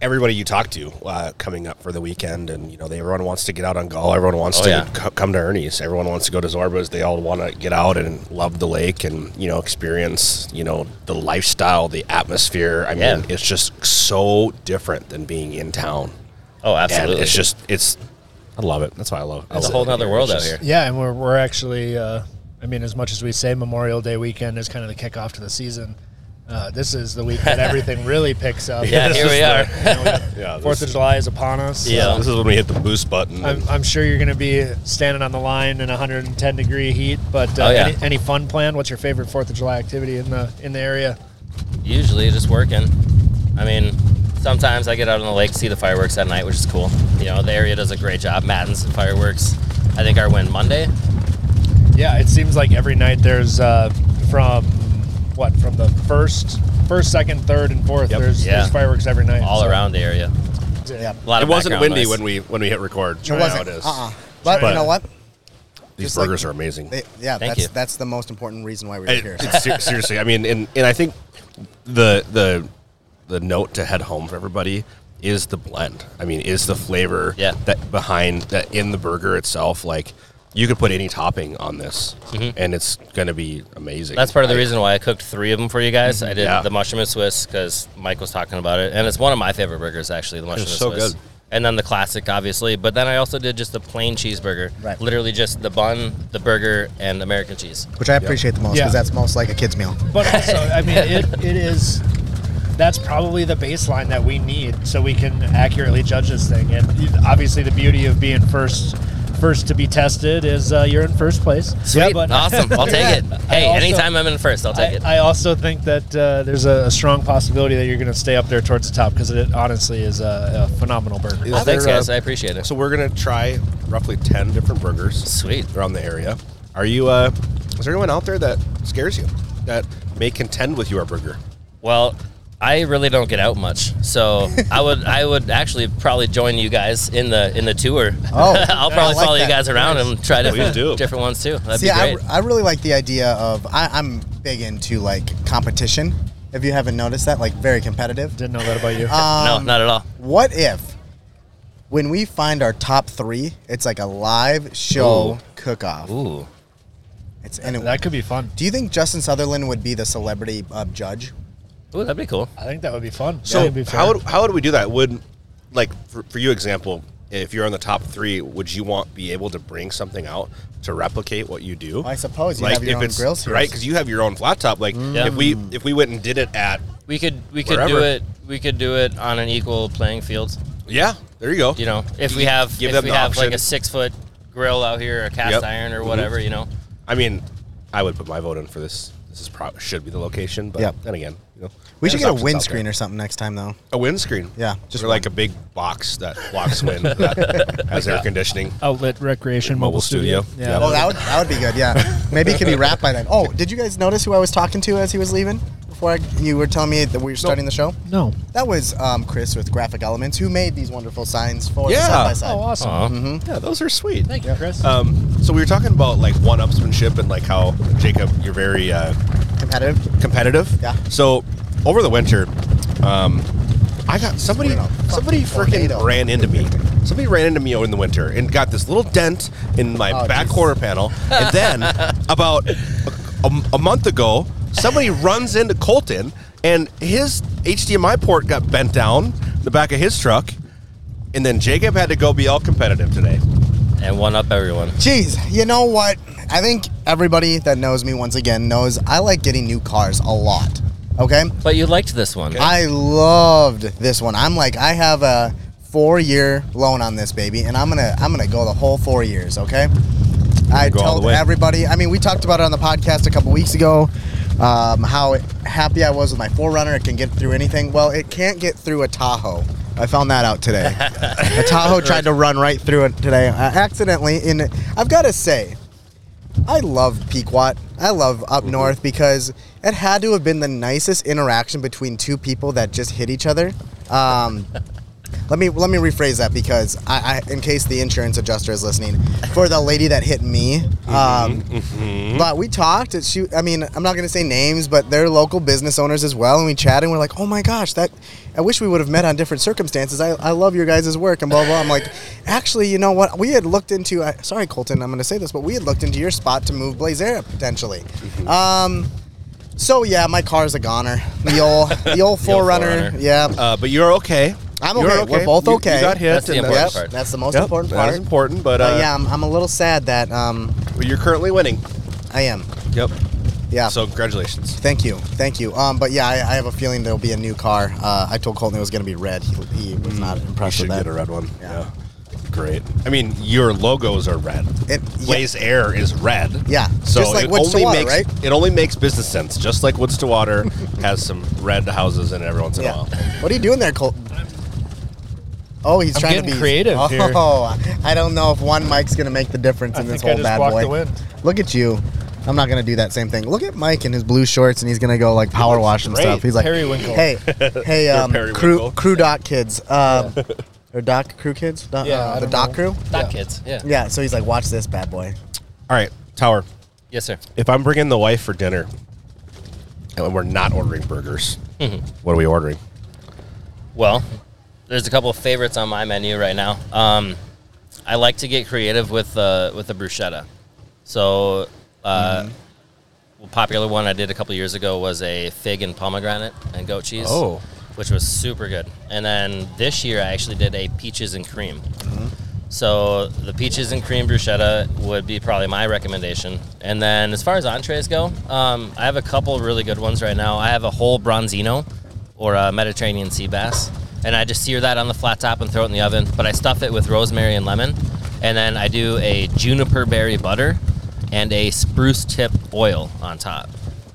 [SPEAKER 7] everybody you talk to uh, coming up for the weekend, and you know, they, everyone wants to get out on golf. Everyone wants
[SPEAKER 11] Oh,
[SPEAKER 7] to
[SPEAKER 11] yeah.
[SPEAKER 7] co- come to Ernie's. Everyone wants to go to Zorba's. They all want to get out and love the lake, and you know, experience you know the lifestyle, the atmosphere. I
[SPEAKER 11] Yeah.
[SPEAKER 7] mean, it's just so different than being in town.
[SPEAKER 11] Oh,
[SPEAKER 7] And
[SPEAKER 11] absolutely.
[SPEAKER 7] it's just it's. I love it. That's why I love. I
[SPEAKER 11] It's a
[SPEAKER 7] love
[SPEAKER 11] whole
[SPEAKER 7] it
[SPEAKER 11] nother
[SPEAKER 7] here.
[SPEAKER 11] world
[SPEAKER 7] It's
[SPEAKER 11] out
[SPEAKER 7] just-
[SPEAKER 8] Yeah, and we're, we're actually, uh, I mean, as much as we say Memorial Day weekend is kind of the kickoff to the season, uh, this is the week that everything really picks up.
[SPEAKER 11] Yeah,
[SPEAKER 8] This
[SPEAKER 11] here
[SPEAKER 8] is
[SPEAKER 11] we
[SPEAKER 8] the-
[SPEAKER 11] are.
[SPEAKER 8] you know, we got
[SPEAKER 7] Yeah,
[SPEAKER 8] Fourth of
[SPEAKER 7] this-
[SPEAKER 8] July is upon us.
[SPEAKER 11] Yeah.
[SPEAKER 7] This is when we hit the boost button.
[SPEAKER 8] I'm, I'm sure you're going to be standing on the line in 110 degree heat, but uh,
[SPEAKER 11] Oh, yeah.
[SPEAKER 8] any, any fun plan? What's your favorite Fourth of July activity in the in the area?
[SPEAKER 11] Usually just working. I mean, sometimes I get out on the lake, see the fireworks at night, which is cool. You know, the area does a great job. Matins and fireworks. I think our win Monday.
[SPEAKER 8] Yeah, it seems like every night there's uh, from what from the first, first, second, third, and fourth.
[SPEAKER 7] Yep.
[SPEAKER 8] There's,
[SPEAKER 11] Yeah.
[SPEAKER 8] there's fireworks every night.
[SPEAKER 11] All around the area.
[SPEAKER 8] Yeah.
[SPEAKER 11] A lot
[SPEAKER 7] It
[SPEAKER 11] of
[SPEAKER 7] wasn't
[SPEAKER 11] background
[SPEAKER 7] windy
[SPEAKER 11] noise.
[SPEAKER 7] when we when we hit record.
[SPEAKER 4] It
[SPEAKER 7] Try now
[SPEAKER 4] wasn't.
[SPEAKER 7] It is.
[SPEAKER 4] Uh-uh. But, you
[SPEAKER 7] But-
[SPEAKER 4] know what?
[SPEAKER 7] These
[SPEAKER 4] Just like-
[SPEAKER 7] burgers are amazing.
[SPEAKER 4] They, yeah,
[SPEAKER 11] Thank
[SPEAKER 4] that's
[SPEAKER 11] you.
[SPEAKER 4] that's the most important reason why we're
[SPEAKER 7] I-
[SPEAKER 4] here.
[SPEAKER 7] it's ser- seriously, I mean, and, and I think the the the note to head home for everybody is the blend. I mean, is the flavor
[SPEAKER 11] Yeah.
[SPEAKER 7] that behind that in the burger itself. Like you could put any topping on this, and it's gonna be amazing.
[SPEAKER 11] Mm-hmm. That's part of the reason why I cooked three of them for you guys. I did
[SPEAKER 7] Yeah.
[SPEAKER 11] the mushroom and Swiss because Mike was talking about it, and it's one of my favorite burgers actually. The mushroom
[SPEAKER 7] It's
[SPEAKER 11] and
[SPEAKER 7] so
[SPEAKER 11] Swiss,
[SPEAKER 7] good.
[SPEAKER 11] and then the classic, obviously. But then I also did just the plain cheeseburger,
[SPEAKER 4] Right.
[SPEAKER 11] literally just the bun, the burger, and American cheese.
[SPEAKER 4] Which I appreciate the most
[SPEAKER 8] Yeah.
[SPEAKER 4] because that's most like a kid's meal.
[SPEAKER 8] But also, I mean, it, it is. That's probably the baseline that we need so we can accurately judge this thing. And obviously, the beauty of being first, first to be tested is uh, you're in first place.
[SPEAKER 11] Sweet, awesome. I'll take it. Hey,
[SPEAKER 8] also-
[SPEAKER 11] anytime I'm in first, I'll take it.
[SPEAKER 8] I, I also think that uh, there's a, a strong possibility that you're going to stay up there towards the top because it honestly is a, a phenomenal burger.
[SPEAKER 11] well, thanks, guys. I appreciate it.
[SPEAKER 7] So we're gonna try roughly ten different burgers.
[SPEAKER 11] Sweet.
[SPEAKER 7] around the area. Are you? Uh, is there anyone out there that scares you that may contend with your burger?
[SPEAKER 11] Well, I really don't get out much, so I would I would actually probably join you guys in the in the tour.
[SPEAKER 4] Oh,
[SPEAKER 11] I'll
[SPEAKER 4] I
[SPEAKER 11] probably
[SPEAKER 4] like
[SPEAKER 11] follow you
[SPEAKER 4] that.
[SPEAKER 11] guys around and try different
[SPEAKER 7] do.
[SPEAKER 11] different ones too. That'd
[SPEAKER 4] See,
[SPEAKER 11] be
[SPEAKER 4] I,
[SPEAKER 11] great.
[SPEAKER 4] I really like the idea of I, I'm big into like competition. If you haven't noticed that, like very competitive. Um,
[SPEAKER 8] Didn't know that about you.
[SPEAKER 11] no, not at all.
[SPEAKER 4] What if when we find our top three, it's like a live show cook off?
[SPEAKER 11] Ooh.
[SPEAKER 4] It's and it,
[SPEAKER 8] that could be fun.
[SPEAKER 4] do you think Justin Sutherland would be the celebrity uh, judge?
[SPEAKER 11] Ooh, that'd be cool.
[SPEAKER 8] I think that would be fun.
[SPEAKER 7] So
[SPEAKER 8] That'd be fun.
[SPEAKER 7] how would, how would we do that? Would like for, for you example, if you're on the top three, would you want be able to bring something out to replicate what you do?
[SPEAKER 4] I suppose you
[SPEAKER 7] like
[SPEAKER 4] have your
[SPEAKER 7] if
[SPEAKER 4] own
[SPEAKER 7] it's
[SPEAKER 4] grills here,
[SPEAKER 7] right because you have your own flat top. Like
[SPEAKER 11] Yeah.
[SPEAKER 7] if we if we went and did it at
[SPEAKER 11] We could we could do
[SPEAKER 7] Wherever.
[SPEAKER 11] it we could do it on an equal playing field.
[SPEAKER 7] yeah, there you go.
[SPEAKER 11] You know, if we have
[SPEAKER 7] Give
[SPEAKER 11] if
[SPEAKER 7] them
[SPEAKER 11] we
[SPEAKER 7] the
[SPEAKER 11] have like
[SPEAKER 7] option.
[SPEAKER 11] a six foot grill out here, or a cast
[SPEAKER 7] Yep.
[SPEAKER 11] iron or
[SPEAKER 7] Mhm.
[SPEAKER 11] whatever, you know.
[SPEAKER 7] I mean, I would put my vote in for this. This is pro- should be the location, but
[SPEAKER 4] Yep.
[SPEAKER 7] then again, you know,
[SPEAKER 4] We
[SPEAKER 7] there's
[SPEAKER 4] should get a
[SPEAKER 7] options out
[SPEAKER 4] windscreen
[SPEAKER 7] there.
[SPEAKER 4] or something next time, though.
[SPEAKER 7] a windscreen.
[SPEAKER 4] Yeah, just
[SPEAKER 7] or like a
[SPEAKER 4] one.
[SPEAKER 7] big box that blocks wind that has air conditioning.
[SPEAKER 8] Outlet Recreation
[SPEAKER 7] Mobile
[SPEAKER 8] Mobile, Studio.
[SPEAKER 7] studio.
[SPEAKER 8] Yeah.
[SPEAKER 7] Yeah.
[SPEAKER 4] Oh, that would that would be good. Yeah, maybe it could be wrapped by then. Oh, did you guys notice who I was talking to as he was leaving? Before I, you were telling me that we were starting the show.
[SPEAKER 8] No.
[SPEAKER 4] That was um, Chris with Graphic Elements who made these wonderful signs for the
[SPEAKER 7] Yeah.
[SPEAKER 4] side by side. Uh,
[SPEAKER 8] Oh, awesome.
[SPEAKER 7] Uh-huh. Yeah, those are sweet.
[SPEAKER 8] Thank you, Chris.
[SPEAKER 7] Um, so we were talking about like one-upsmanship and like how Jacob, you're very uh,
[SPEAKER 4] Competitive.
[SPEAKER 7] competitive.
[SPEAKER 4] Yeah.
[SPEAKER 7] So over the winter, um, I got somebody
[SPEAKER 4] We're in a fucking
[SPEAKER 7] somebody
[SPEAKER 4] tornado.
[SPEAKER 7] freaking ran into me. Somebody ran into me in the winter and got this little dent in my
[SPEAKER 4] Oh,
[SPEAKER 7] back
[SPEAKER 4] Jesus.
[SPEAKER 7] quarter panel. And then about a, a month ago, somebody runs into Colton and his HDMI port got bent down the back of his truck. And then Jacob had to go be all competitive today.
[SPEAKER 11] And one up everyone.
[SPEAKER 4] Jeez, you know what? I think everybody that knows me once again knows I like getting new cars a lot. Okay?
[SPEAKER 11] But you liked this one.
[SPEAKER 4] I loved this one. I'm like, I have a four year loan on this baby, and I'm gonna I'm gonna go the whole four years, okay? I
[SPEAKER 7] go all the
[SPEAKER 4] told
[SPEAKER 7] way.
[SPEAKER 4] everybody. I mean, we talked about it on the podcast a couple weeks ago. Um, how happy I was with my Forerunner. It can get through anything. Well, it can't get through a Tahoe. I found that out today. a Tahoe tried to run right through it today, uh, accidentally. In I've got to say, I love Pequot. I love up north because it had to have been the nicest interaction between two people that just hit each other. Um, Let me let me rephrase that because I, I in case the insurance adjuster is listening, for the lady that hit me, um,
[SPEAKER 7] Hmm?
[SPEAKER 4] but we talked. and She, I mean, I'm not gonna say names, but they're local business owners as well, and we chatted. and We're like, oh my gosh, that I wish we would have met on different circumstances. I, I love your guys' work and blah blah. I'm like, actually, you know what? We had looked into. I, sorry, Colton, I'm gonna say this, but we had looked into your spot to move Blazer potentially.
[SPEAKER 7] Mm-hmm.
[SPEAKER 4] Um, so yeah, my car's a goner. The old the old forerunner. Yeah.
[SPEAKER 7] Uh, but you're okay.
[SPEAKER 4] I'm
[SPEAKER 7] You're
[SPEAKER 4] okay. We're both
[SPEAKER 7] You-
[SPEAKER 4] okay.
[SPEAKER 7] You, got hit.
[SPEAKER 11] That's the
[SPEAKER 7] and
[SPEAKER 11] important
[SPEAKER 4] Yep,
[SPEAKER 11] part.
[SPEAKER 4] that's the most
[SPEAKER 7] Yep,
[SPEAKER 4] important
[SPEAKER 7] that
[SPEAKER 4] part.
[SPEAKER 7] is important, but, uh,
[SPEAKER 4] yeah, I'm, I'm a little sad that um,
[SPEAKER 7] that's- You're currently winning.
[SPEAKER 4] I am.
[SPEAKER 7] Yep.
[SPEAKER 4] Yeah.
[SPEAKER 7] So congratulations.
[SPEAKER 4] Thank you, thank you. Um, but yeah, I, I have a feeling there'll be a new car. Uh, I told Colton it was going to be red. He, he was
[SPEAKER 7] Mm,
[SPEAKER 4] not impressed with that.
[SPEAKER 7] one.
[SPEAKER 4] Yeah.
[SPEAKER 7] Great. I mean, your logos are red.
[SPEAKER 4] It-
[SPEAKER 7] Blaze Air is red.
[SPEAKER 4] Yeah,
[SPEAKER 7] So
[SPEAKER 4] just like
[SPEAKER 7] it
[SPEAKER 4] Woods to
[SPEAKER 7] only
[SPEAKER 4] Water,
[SPEAKER 7] makes
[SPEAKER 4] right?
[SPEAKER 7] it only makes business sense. Just like Woods to Water has some red houses in it every once in
[SPEAKER 4] Yeah.
[SPEAKER 7] a while.
[SPEAKER 4] What are you doing there, Colton? Oh, he's
[SPEAKER 8] I'm
[SPEAKER 4] trying to
[SPEAKER 8] getting
[SPEAKER 4] be
[SPEAKER 8] creative
[SPEAKER 4] Oh,
[SPEAKER 8] here.
[SPEAKER 4] I don't know if one mic's going to make the difference
[SPEAKER 8] I
[SPEAKER 4] in this
[SPEAKER 8] think I
[SPEAKER 4] whole
[SPEAKER 8] just
[SPEAKER 4] bad
[SPEAKER 8] blocked
[SPEAKER 4] boy.
[SPEAKER 8] the wind.
[SPEAKER 4] Look at you. I'm not gonna do that same thing. Look at Mike in his blue shorts, and he's gonna go like power wash and stuff.
[SPEAKER 8] great.
[SPEAKER 4] He's like,
[SPEAKER 8] Periwinkle.
[SPEAKER 4] hey, hey, um, crew,
[SPEAKER 7] periwinkle.
[SPEAKER 4] crew doc kids, um, or doc crew kids, doc,
[SPEAKER 8] Yeah,
[SPEAKER 4] uh,
[SPEAKER 8] I
[SPEAKER 4] the
[SPEAKER 8] don't
[SPEAKER 4] doc
[SPEAKER 8] know.
[SPEAKER 4] crew.
[SPEAKER 11] Doc kids. Yeah.
[SPEAKER 4] Yeah, so he's like, watch this bad boy.
[SPEAKER 7] All right, Tower.
[SPEAKER 11] Yes, sir.
[SPEAKER 7] If I'm bringing the wife for dinner, and we're not ordering burgers, what are we ordering?
[SPEAKER 11] Well, there's a couple of favorites on my menu right now. Um, I like to get creative with uh, with the bruschetta. So, uh, a popular one I did a couple years ago was a fig and pomegranate and goat cheese.
[SPEAKER 7] Oh.
[SPEAKER 11] which was super good. And then this year I actually did a peaches and cream. So the peaches and cream bruschetta would be probably my recommendation. And then as far as entrees go, um, I have a couple really good ones right now. I have a whole bronzino or a Mediterranean sea bass, and I just sear that on the flat top and throw it in the oven. But I stuff it with rosemary and lemon, and then I do a juniper berry butter and a spruce tip oil on top.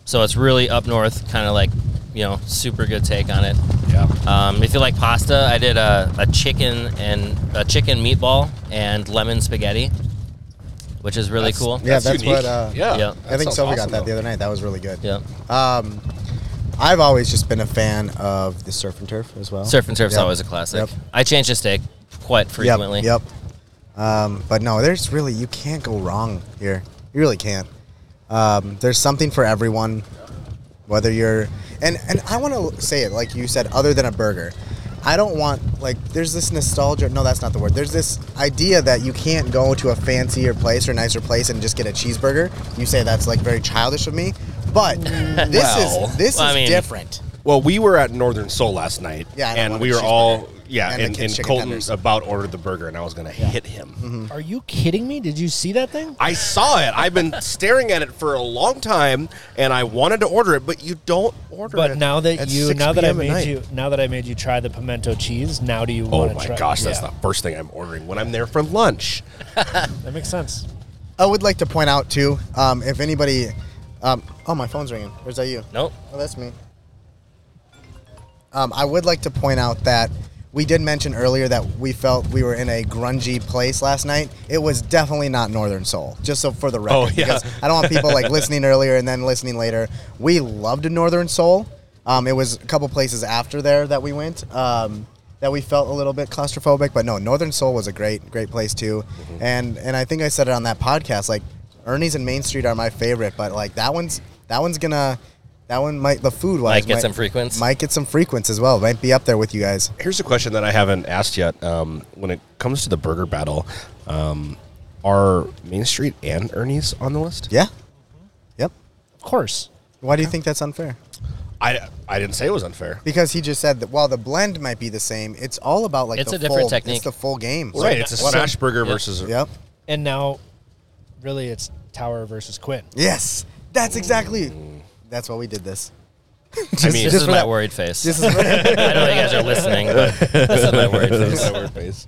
[SPEAKER 11] So it's really up north, kind of like you know, super good take on it.
[SPEAKER 7] Yeah.
[SPEAKER 11] Um, if you like pasta, I did a, a chicken and a chicken meatball and lemon spaghetti, which is really cool.
[SPEAKER 4] Yeah,
[SPEAKER 7] That's
[SPEAKER 4] that's,
[SPEAKER 7] unique.
[SPEAKER 4] what. Uh,
[SPEAKER 7] Yeah,
[SPEAKER 11] Yeah.
[SPEAKER 4] I think
[SPEAKER 7] sounds
[SPEAKER 4] Sylvia
[SPEAKER 7] awesome,
[SPEAKER 4] got that
[SPEAKER 7] though.
[SPEAKER 4] the other night. That was really good.
[SPEAKER 11] Yeah.
[SPEAKER 4] Um, I've always just been a fan of the surf and turf as well.
[SPEAKER 11] Surf and turf's
[SPEAKER 4] Yep.
[SPEAKER 11] always a classic.
[SPEAKER 4] Yep.
[SPEAKER 11] I change the steak quite
[SPEAKER 4] Yep,
[SPEAKER 11] frequently.
[SPEAKER 4] Yep. Um, but no, there's really you can't go wrong here. You really can't. Um, there's something for everyone, whether you're and and I want to say it like you said, other than a burger. I don't want like there's this nostalgia. No, that's not the word. There's this idea that you can't go to a fancier place or nicer place and just get a cheeseburger. You say that's like very childish of me, but this
[SPEAKER 7] Well.
[SPEAKER 4] is this
[SPEAKER 11] Mm. Well, I
[SPEAKER 4] is
[SPEAKER 11] mean-
[SPEAKER 4] different.
[SPEAKER 7] Well, we were at Northern Soul last night,
[SPEAKER 4] Yeah, I don't
[SPEAKER 7] and
[SPEAKER 4] want
[SPEAKER 7] we
[SPEAKER 4] a
[SPEAKER 7] were
[SPEAKER 4] cheeseburger.
[SPEAKER 7] all yeah, and,
[SPEAKER 4] And the
[SPEAKER 7] and,
[SPEAKER 4] kids' chicken
[SPEAKER 7] Colton
[SPEAKER 4] tenders.
[SPEAKER 7] about ordered the burger, and I was gonna hit him.
[SPEAKER 8] Are you kidding me? Did you see that thing?
[SPEAKER 7] I saw it. I've been staring at it for a long time, and I wanted to order it, but you don't order it.
[SPEAKER 8] But now that
[SPEAKER 7] at
[SPEAKER 8] you,
[SPEAKER 7] 6
[SPEAKER 8] now that I
[SPEAKER 7] p.m. at
[SPEAKER 8] made
[SPEAKER 7] night.
[SPEAKER 8] you, now that I made you try the pimento cheese, now do you want
[SPEAKER 7] Oh
[SPEAKER 8] to
[SPEAKER 7] my
[SPEAKER 8] try?
[SPEAKER 7] gosh, that's
[SPEAKER 8] Yeah,
[SPEAKER 7] the first thing I'm ordering when I'm there for lunch.
[SPEAKER 8] That makes sense.
[SPEAKER 4] I would like to point out too, um, if anybody, um, oh my phone's ringing. Or is that you?
[SPEAKER 11] Nope.
[SPEAKER 4] Oh, that's me. Um, I would like to point out that we did mention earlier that we felt we were in a grungy place last night. It was definitely not Northern Soul, just so for the record.
[SPEAKER 7] Oh, yeah.
[SPEAKER 4] Because I don't want people like listening earlier and then listening later. We loved Northern Soul. Um, it was a couple places after there that we went um, that we felt a little bit claustrophobic, but no, Northern Soul was a great, great place too.
[SPEAKER 11] Mm-hmm.
[SPEAKER 4] And and I think I said it on that podcast. Like Ernie's and Main Street are my favorite, but like that one's that one's gonna that one might the food wise
[SPEAKER 11] Might get some frequents.
[SPEAKER 4] Might get some frequents as well. Might be up there with you guys.
[SPEAKER 7] Here's a question that I haven't asked yet. Um, when it comes to the burger battle, um, are Main Street and Ernie's on the list?
[SPEAKER 4] Yeah. Yep.
[SPEAKER 8] Of course.
[SPEAKER 4] Why do you think that's unfair?
[SPEAKER 7] I, I didn't say it was unfair.
[SPEAKER 4] Because he just said that while the blend might be the same, it's all about like
[SPEAKER 11] It's
[SPEAKER 4] the
[SPEAKER 11] a different
[SPEAKER 4] full,
[SPEAKER 11] technique.
[SPEAKER 4] It's the full game.
[SPEAKER 7] Right, it's a
[SPEAKER 4] What-
[SPEAKER 7] smash burger versus
[SPEAKER 4] Yep.
[SPEAKER 8] And now, really, it's Tower versus Quinn.
[SPEAKER 4] Yes. That's exactly. That's why we did this.
[SPEAKER 7] I mean,
[SPEAKER 11] this
[SPEAKER 4] just
[SPEAKER 11] is
[SPEAKER 4] for
[SPEAKER 11] my
[SPEAKER 4] that-
[SPEAKER 11] worried face.
[SPEAKER 4] This is
[SPEAKER 11] I know you guys are listening, but this is my worried face.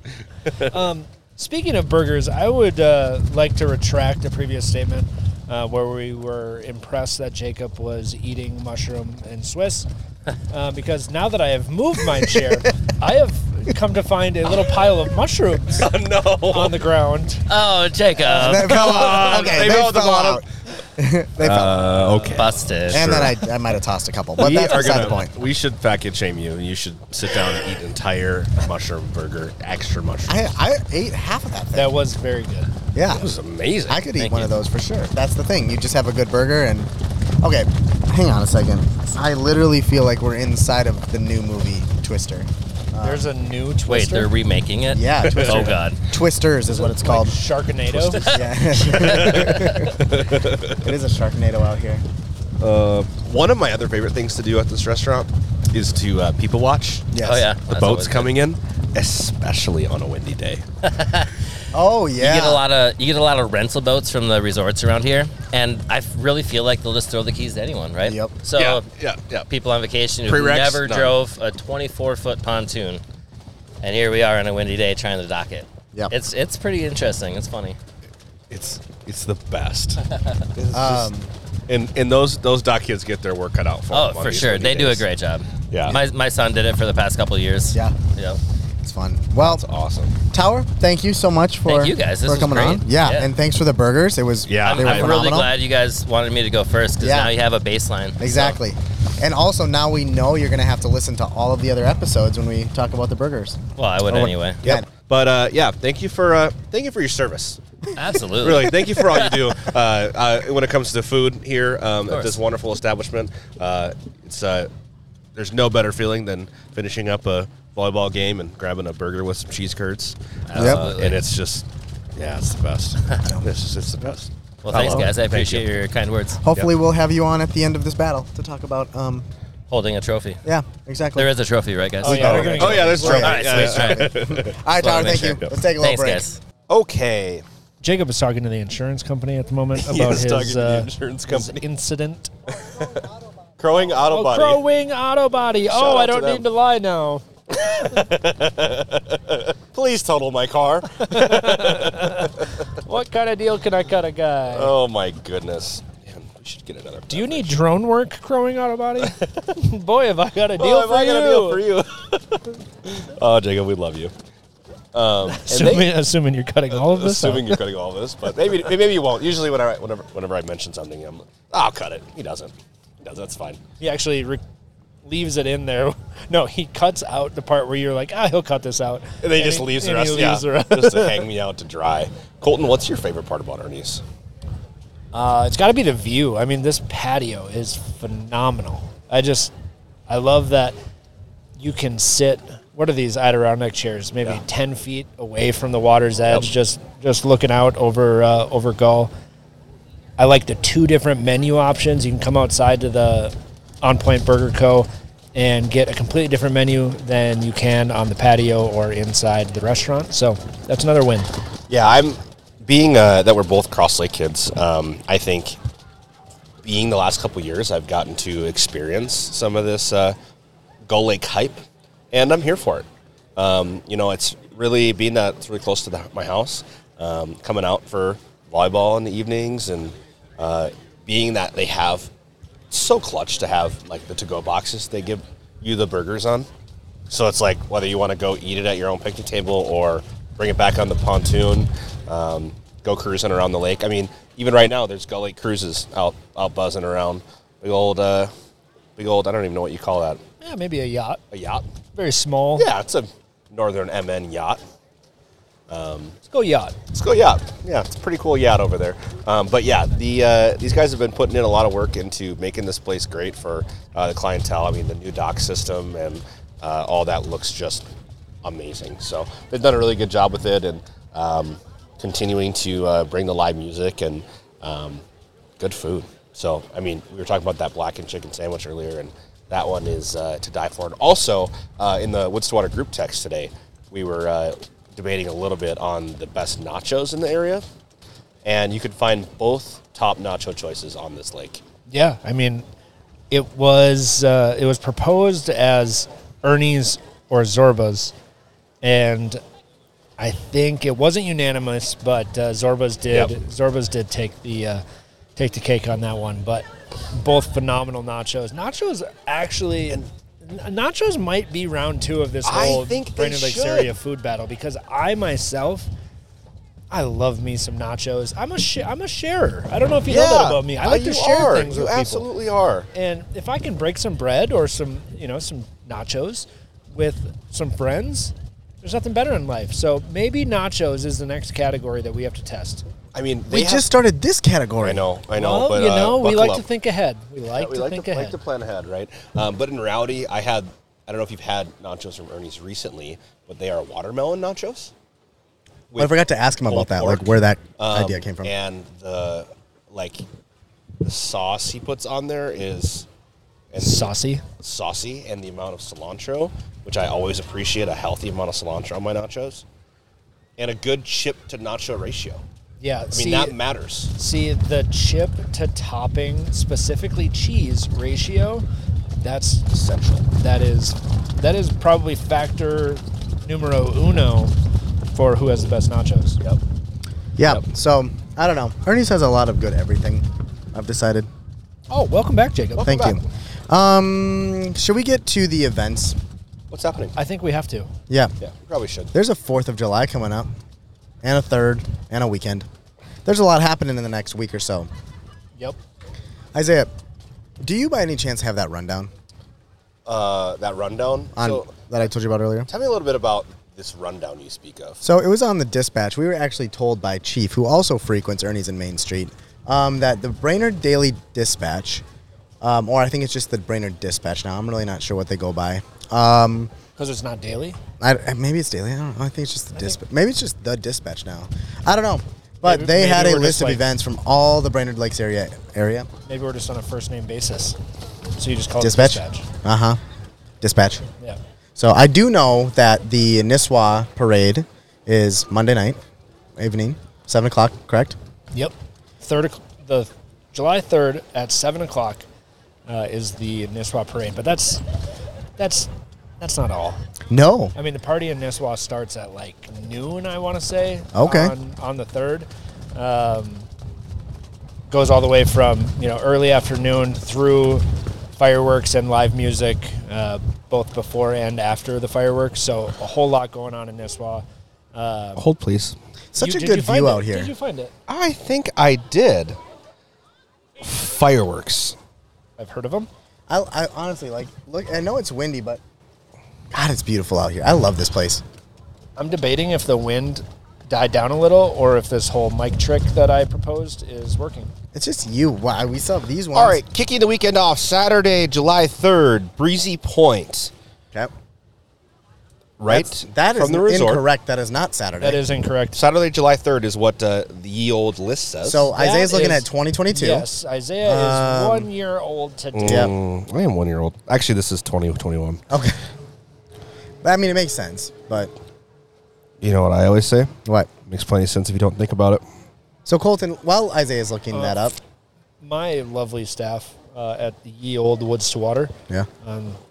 [SPEAKER 8] Speaking of burgers, I would uh, like to retract a previous statement uh, where we were impressed that Jacob was eating mushroom and Swiss. Uh, because now that I have moved my chair, I have come to find a little pile of mushrooms
[SPEAKER 7] no.
[SPEAKER 8] on the ground.
[SPEAKER 11] Oh, Jacob.
[SPEAKER 4] that fell out. Okay,
[SPEAKER 7] they
[SPEAKER 4] they
[SPEAKER 7] fell at the
[SPEAKER 4] fell
[SPEAKER 7] bottom.
[SPEAKER 4] out. They fell.
[SPEAKER 7] Uh, okay.
[SPEAKER 11] Busted.
[SPEAKER 4] And then I, I might have tossed a couple, but
[SPEAKER 7] We
[SPEAKER 4] that's
[SPEAKER 7] are
[SPEAKER 4] beside the
[SPEAKER 7] gonna-
[SPEAKER 4] point.
[SPEAKER 7] We should package shame you, and you should sit down and eat an entire mushroom burger, extra mushroom.
[SPEAKER 4] I, I ate half of that thing.
[SPEAKER 2] That was very good.
[SPEAKER 4] Yeah.
[SPEAKER 7] That was amazing.
[SPEAKER 4] I could eat
[SPEAKER 7] Thank
[SPEAKER 4] one
[SPEAKER 7] you.
[SPEAKER 4] of those for sure. That's the thing. You just have a good burger and. Okay, hang on a second. I literally feel like we're inside of the new movie Twister. Uh,
[SPEAKER 2] There's a new Twister.
[SPEAKER 11] Wait, they're remaking it?
[SPEAKER 4] Yeah, Twister.
[SPEAKER 11] Oh, God.
[SPEAKER 4] Twisters is what it's called.
[SPEAKER 2] Sharknado?
[SPEAKER 4] Yeah. it is a Sharknado out here.
[SPEAKER 7] Uh, one of my other favorite things to do at this restaurant is to uh, people watch.
[SPEAKER 4] Yes. Oh, yeah.
[SPEAKER 7] The
[SPEAKER 11] That's
[SPEAKER 7] boats
[SPEAKER 11] always
[SPEAKER 7] coming in, especially on a windy day.
[SPEAKER 4] Oh
[SPEAKER 11] You get
[SPEAKER 4] yeah.
[SPEAKER 11] a lot of you get a lot of rental boats from the resorts around here, and I f- really feel like they'll just throw the keys to anyone, right?
[SPEAKER 4] Yep.
[SPEAKER 11] So
[SPEAKER 7] Yeah, yeah, yeah.
[SPEAKER 11] people on vacation who
[SPEAKER 7] Prereqs,
[SPEAKER 11] never
[SPEAKER 7] none.
[SPEAKER 11] drove a 24 foot pontoon, and here we are on a windy day trying to dock it.
[SPEAKER 4] Yep.
[SPEAKER 11] It's it's pretty interesting. It's funny.
[SPEAKER 7] It's it's the best.
[SPEAKER 4] Um,
[SPEAKER 7] and and those those doc kids get their work cut out for
[SPEAKER 11] Oh,
[SPEAKER 7] them. on
[SPEAKER 11] for
[SPEAKER 7] these
[SPEAKER 11] sure.
[SPEAKER 7] windy
[SPEAKER 11] They do a
[SPEAKER 7] days.
[SPEAKER 11] great job.
[SPEAKER 7] Yeah.
[SPEAKER 11] My, my son did it for the past couple of years.
[SPEAKER 4] yeah,
[SPEAKER 11] Yeah.
[SPEAKER 4] it's fun. Well,
[SPEAKER 7] Awesome.
[SPEAKER 4] Tower, thank you so much for
[SPEAKER 11] Thank you guys. This
[SPEAKER 4] for
[SPEAKER 11] was
[SPEAKER 4] coming
[SPEAKER 11] great.
[SPEAKER 4] on. Yeah,
[SPEAKER 11] Yeah.
[SPEAKER 4] and thanks for the burgers. It was
[SPEAKER 7] Yeah.
[SPEAKER 4] they were
[SPEAKER 11] I'm, I'm
[SPEAKER 4] phenomenal.
[SPEAKER 11] really glad you guys wanted me to go first because
[SPEAKER 4] Yeah.
[SPEAKER 11] now you have a baseline.
[SPEAKER 4] Exactly. And also now we know you're gonna have to listen to all of the other episodes when we talk about the burgers.
[SPEAKER 11] So- well, I would
[SPEAKER 4] Oh,
[SPEAKER 11] anyway.
[SPEAKER 4] Yeah.
[SPEAKER 7] But uh, yeah, thank you for uh, thank you for your service.
[SPEAKER 11] Absolutely.
[SPEAKER 7] Really, thank you for all you do uh, uh, when it comes to food here um, at
[SPEAKER 11] course.
[SPEAKER 7] this wonderful establishment. Uh, it's uh, there's no better feeling than finishing up a volleyball game and grabbing a burger with some cheese curds. Uh,
[SPEAKER 11] Absolutely.
[SPEAKER 7] and it's just yeah, it's the best. this is it's the best.
[SPEAKER 11] Well, thanks,
[SPEAKER 7] Hello.
[SPEAKER 11] guys. I
[SPEAKER 7] Thank you.
[SPEAKER 11] appreciate your kind words.
[SPEAKER 4] Hopefully we'll have you on at the end of this battle to talk about um
[SPEAKER 11] Holding a trophy.
[SPEAKER 4] yeah, exactly.
[SPEAKER 11] There is a trophy, right, guys?
[SPEAKER 2] Oh, yeah, they're gonna
[SPEAKER 7] Oh yeah, there's
[SPEAKER 4] All
[SPEAKER 11] All right,
[SPEAKER 7] Yeah, yeah.
[SPEAKER 11] sweet. All right.
[SPEAKER 4] all right, Tower, thank
[SPEAKER 11] Make sure.
[SPEAKER 4] you. Let's take a little
[SPEAKER 11] Thanks,
[SPEAKER 4] break.
[SPEAKER 11] guys.
[SPEAKER 7] Okay.
[SPEAKER 8] Jacob is talking to the insurance company at the moment about
[SPEAKER 7] was
[SPEAKER 8] his,
[SPEAKER 7] talking to the
[SPEAKER 8] uh,
[SPEAKER 7] insurance
[SPEAKER 8] his
[SPEAKER 7] company.
[SPEAKER 8] incident.
[SPEAKER 7] Crowing Auto
[SPEAKER 8] Oh,
[SPEAKER 7] Body.
[SPEAKER 8] Crow Wing Auto Body.
[SPEAKER 7] Shout
[SPEAKER 8] oh,
[SPEAKER 7] out
[SPEAKER 8] I
[SPEAKER 7] to
[SPEAKER 8] don't
[SPEAKER 7] them.
[SPEAKER 8] need to lie now.
[SPEAKER 7] Please total my car.
[SPEAKER 8] What kind of deal can I cut a guy?
[SPEAKER 7] oh my goodness. Man, we should get another.
[SPEAKER 8] Do you need drone work, Crowing Auto Body? Boy, have I got a deal,
[SPEAKER 7] oh, am
[SPEAKER 8] for,
[SPEAKER 7] I
[SPEAKER 8] you.
[SPEAKER 7] gonna deal for you? oh, Jacob, we love you. Um, and
[SPEAKER 8] Assuming,
[SPEAKER 7] they-
[SPEAKER 8] assuming you're cutting all of this.
[SPEAKER 7] assuming
[SPEAKER 8] out.
[SPEAKER 7] you're cutting all this, but maybe maybe you won't. Usually, when I, whenever whenever I mention something, I'm I'll cut it. He doesn't. He does. That's fine.
[SPEAKER 8] he actually re- leaves it in there. No, he cuts out the part where you're like, ah, he'll cut this out.
[SPEAKER 7] And then he
[SPEAKER 8] And
[SPEAKER 7] just
[SPEAKER 8] he-
[SPEAKER 7] leaves the
[SPEAKER 8] and he
[SPEAKER 7] rest. yeah,
[SPEAKER 8] leaves the rest.
[SPEAKER 7] just to hang me out to dry. Colton, what's your favorite part about Ernie's?
[SPEAKER 8] Uh, it's got to be the view. I mean, this patio is phenomenal. I just, I love that you can sit. What are these Adirondack chairs? Maybe
[SPEAKER 7] Yeah.
[SPEAKER 8] ten feet away from the water's edge, just just looking out over uh, over Gull. I like the two different menu options. You can come outside to the On Point Burger Co. and get a completely different menu than you can on the patio or inside the restaurant. So that's another win.
[SPEAKER 7] Yeah, I'm being uh, that we're both Cross Lake kids. Um, I think being the last couple years, I've gotten to experience some of this uh, Gull Lake hype, and I'm here for it. Um, you know, it's really being that it's really close to the, my house. Um, coming out for volleyball in the evenings, and uh, being that they have so clutch to have like the to-go boxes they give you the burgers on. So it's like whether you want to go eat it at your own picnic table or bring it back on the pontoon, um, go cruising around the lake. I mean, even right now, there's gully cruises out out buzzing around. Big old, uh, big old. I don't even know what you call that.
[SPEAKER 8] Yeah, maybe a yacht,
[SPEAKER 7] A yacht?
[SPEAKER 8] very small.
[SPEAKER 7] Yeah, it's a northern MN yacht.
[SPEAKER 8] let's go yacht.
[SPEAKER 7] Let's go yacht. Yeah, it's a pretty cool yacht over there. Um, but yeah, the uh, these guys have been putting in a lot of work into making this place great for uh, the clientele. I mean, the new dock system and uh, all that looks just amazing. So they've done a really good job with it and um, continuing to uh, bring the live music and um, good food. So I mean, we were talking about that blackened chicken sandwich earlier, and that one is uh, to die for. And also uh, in the Woodswater group text today, we were uh, debating a little bit on the best nachos in the area, and you could find both top nacho choices on this lake.
[SPEAKER 8] Yeah, I mean, it was uh, it was proposed as Ernie's or Zorba's, and I think it wasn't unanimous, but uh, Zorba's did
[SPEAKER 7] Yep.
[SPEAKER 8] Zorba's did take the uh, take the cake on that one. But both phenomenal nachos. Nachos actually. Nachos might be round two of this
[SPEAKER 7] I
[SPEAKER 8] whole
[SPEAKER 7] think they
[SPEAKER 8] Brandon Lake
[SPEAKER 7] should.
[SPEAKER 8] area food battle because I myself I love me some nachos. I'm a sh- I'm a sharer. I don't know if you know that about me. I
[SPEAKER 7] Uh,
[SPEAKER 8] like to share things with people.
[SPEAKER 7] are.
[SPEAKER 8] And if I can break some bread or some, you know, some nachos with some friends, there's nothing better in life. So maybe nachos is the next category that we have to test.
[SPEAKER 7] I mean,
[SPEAKER 4] we just started this category.
[SPEAKER 7] I know, I know,
[SPEAKER 8] Well,
[SPEAKER 7] but
[SPEAKER 8] you
[SPEAKER 7] uh,
[SPEAKER 8] know, we
[SPEAKER 7] buckle
[SPEAKER 8] like
[SPEAKER 7] up.
[SPEAKER 8] to think ahead. We like
[SPEAKER 7] Yeah, we
[SPEAKER 8] to
[SPEAKER 7] like
[SPEAKER 8] think
[SPEAKER 7] to,
[SPEAKER 8] ahead.
[SPEAKER 7] like to plan ahead, right? Um, but in Rowdy, I had I don't know if you've had nachos from Ernie's recently, but they are watermelon nachos.
[SPEAKER 4] Well, Oh, I forgot to ask him about
[SPEAKER 7] pulled
[SPEAKER 4] that,
[SPEAKER 7] pork. Um,
[SPEAKER 4] like where that idea came from.
[SPEAKER 7] And the like the sauce he puts on there is and
[SPEAKER 8] Saucy.
[SPEAKER 7] saucy, and the amount of cilantro, which I always appreciate a healthy amount of cilantro on my nachos, and a good chip to nacho ratio.
[SPEAKER 8] Yeah,
[SPEAKER 7] I mean
[SPEAKER 8] see-
[SPEAKER 7] that matters.
[SPEAKER 8] See the chip to topping, specifically cheese ratio. That's essential. That is, that is probably factor numero uno for who has the best nachos. Yep.
[SPEAKER 4] Yeah. So I don't know. Ernie's has a lot of good everything. I've decided.
[SPEAKER 8] Oh, welcome back, Jacob.
[SPEAKER 4] Thank you. Um, should we get to the events?
[SPEAKER 7] What's happening?
[SPEAKER 8] I think we have to.
[SPEAKER 4] Yeah.
[SPEAKER 7] Yeah, we probably should.
[SPEAKER 4] There's a Fourth of July coming up, and a third, and a weekend. There's a lot happening in the next week or so.
[SPEAKER 8] Yep.
[SPEAKER 4] Isaiah, do you by any chance have that rundown
[SPEAKER 7] Uh, that rundown.
[SPEAKER 4] on
[SPEAKER 7] so
[SPEAKER 4] that I told you about earlier?
[SPEAKER 7] tell me a little bit about this rundown you speak of.
[SPEAKER 4] So it was on the dispatch. We were actually told by Chief, who also frequents Ernie's in Main Street, um, that the Brainerd Daily Dispatch, um, or I think it's just the Brainerd Dispatch now. I'm really not sure what they go by. Um,
[SPEAKER 8] Because it's not daily.
[SPEAKER 4] I, I- maybe it's daily. I don't know. I think it's just the dispatch. Maybe it's just the dispatch now. I don't know. But
[SPEAKER 8] Maybe-
[SPEAKER 4] they
[SPEAKER 8] maybe
[SPEAKER 4] had a
[SPEAKER 8] we're
[SPEAKER 4] list
[SPEAKER 8] just
[SPEAKER 4] of
[SPEAKER 8] like- Oh,
[SPEAKER 4] events from all the Brainerd Lakes area area
[SPEAKER 8] Maybe we're just on a first name basis. So you just call
[SPEAKER 4] dispatch.
[SPEAKER 8] it dispatch.
[SPEAKER 4] Uh huh. Dispatch.
[SPEAKER 8] Yeah.
[SPEAKER 4] So I do know that the Nisswa parade is Monday night evening, seven o'clock. Correct.
[SPEAKER 8] Yep. Third, o'c- the July third at seven o'clock uh, is the Nisswa parade, but that's that's that's not all.
[SPEAKER 4] No.
[SPEAKER 8] I mean, the party in Nisswa starts at like noon, I want to say.
[SPEAKER 4] Okay.
[SPEAKER 8] On, on the third, um, goes all the way from you know early afternoon through fireworks and live music, uh, both before and after the fireworks. So a whole lot going on in Nisswa. Um,
[SPEAKER 7] Hold, please.
[SPEAKER 4] Such
[SPEAKER 8] you-
[SPEAKER 4] a
[SPEAKER 8] did
[SPEAKER 4] good
[SPEAKER 8] you find
[SPEAKER 4] view
[SPEAKER 8] it?
[SPEAKER 4] out here.
[SPEAKER 8] Did you find it?
[SPEAKER 7] I think I did. Fireworks.
[SPEAKER 8] I've heard of them.
[SPEAKER 4] I, I honestly like look. I know it's windy, but God, it's beautiful out here. I love this place.
[SPEAKER 8] I'm debating if the wind died down a little or if this whole mic trick that I proposed is working.
[SPEAKER 4] It's just you. Why we saw these ones?
[SPEAKER 7] All right, kicking the weekend off Saturday, July 3rd, Breezy Point,
[SPEAKER 4] Okay.
[SPEAKER 7] right?
[SPEAKER 4] That's, that is
[SPEAKER 7] From the resort.
[SPEAKER 4] incorrect. That is not Saturday.
[SPEAKER 8] That is incorrect.
[SPEAKER 7] Saturday, July 3rd is what uh, the ye old list says.
[SPEAKER 4] So
[SPEAKER 8] That
[SPEAKER 4] Isaiah's looking
[SPEAKER 8] is-
[SPEAKER 4] at 2022.
[SPEAKER 8] Yes, Isaiah is
[SPEAKER 4] Um,
[SPEAKER 8] one year old today.
[SPEAKER 4] Yeah.
[SPEAKER 7] Mm, I am one year old. Actually, this is 2021.
[SPEAKER 4] Okay. I mean, it makes sense, but
[SPEAKER 7] You know what I always say?
[SPEAKER 4] what?
[SPEAKER 7] Makes plenty of sense if you don't think about it.
[SPEAKER 4] So Colton, while Isaiah's
[SPEAKER 8] Uh,
[SPEAKER 4] looking that up,
[SPEAKER 8] My lovely staff uh, at the Ye Old Woods to Water.
[SPEAKER 4] yeah,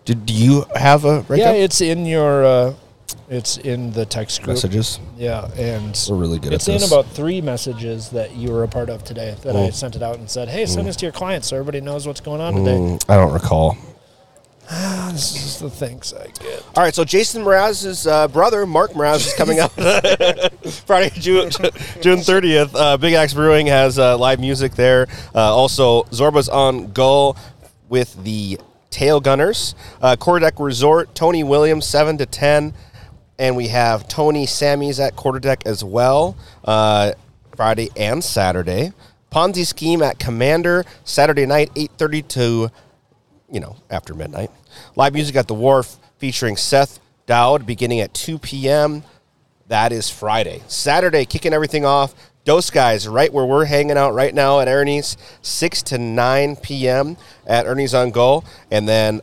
[SPEAKER 7] Did, do you have a
[SPEAKER 8] yeah,
[SPEAKER 7] breakup?
[SPEAKER 8] it's in your, uh, it's in the text group.
[SPEAKER 7] Messages.
[SPEAKER 8] Yeah, and
[SPEAKER 7] We're really good at
[SPEAKER 8] it's
[SPEAKER 7] this. Mm.
[SPEAKER 8] in about three messages that you were a part of today that I sent it out and said, "Hey, send this to your clients so everybody knows what's going on today."
[SPEAKER 7] I don't recall.
[SPEAKER 8] This is the things I get.
[SPEAKER 7] All right, so Jason Mraz's uh, brother, Mark Mraz, is coming out Friday, June, June 30th. Uh, Big Axe Brewing has uh, live music there. Uh, also, Zorba's on goal with the Tail Gunners. Uh, Quarterdeck Resort, Tony Williams, 7 to 10. And we have Tony Sammy's at Quarterdeck as well, uh, Friday and Saturday. Ponzi Scheme at Commander, Saturday night, 8.30 to you know, after midnight. Live music at the Wharf featuring Seth Dowd beginning at 2 p.m. That is Friday. Saturday, kicking everything off. Dose Guys, right where we're hanging out right now at Ernie's, 6 to 9 p.m. at Ernie's on Goal. And then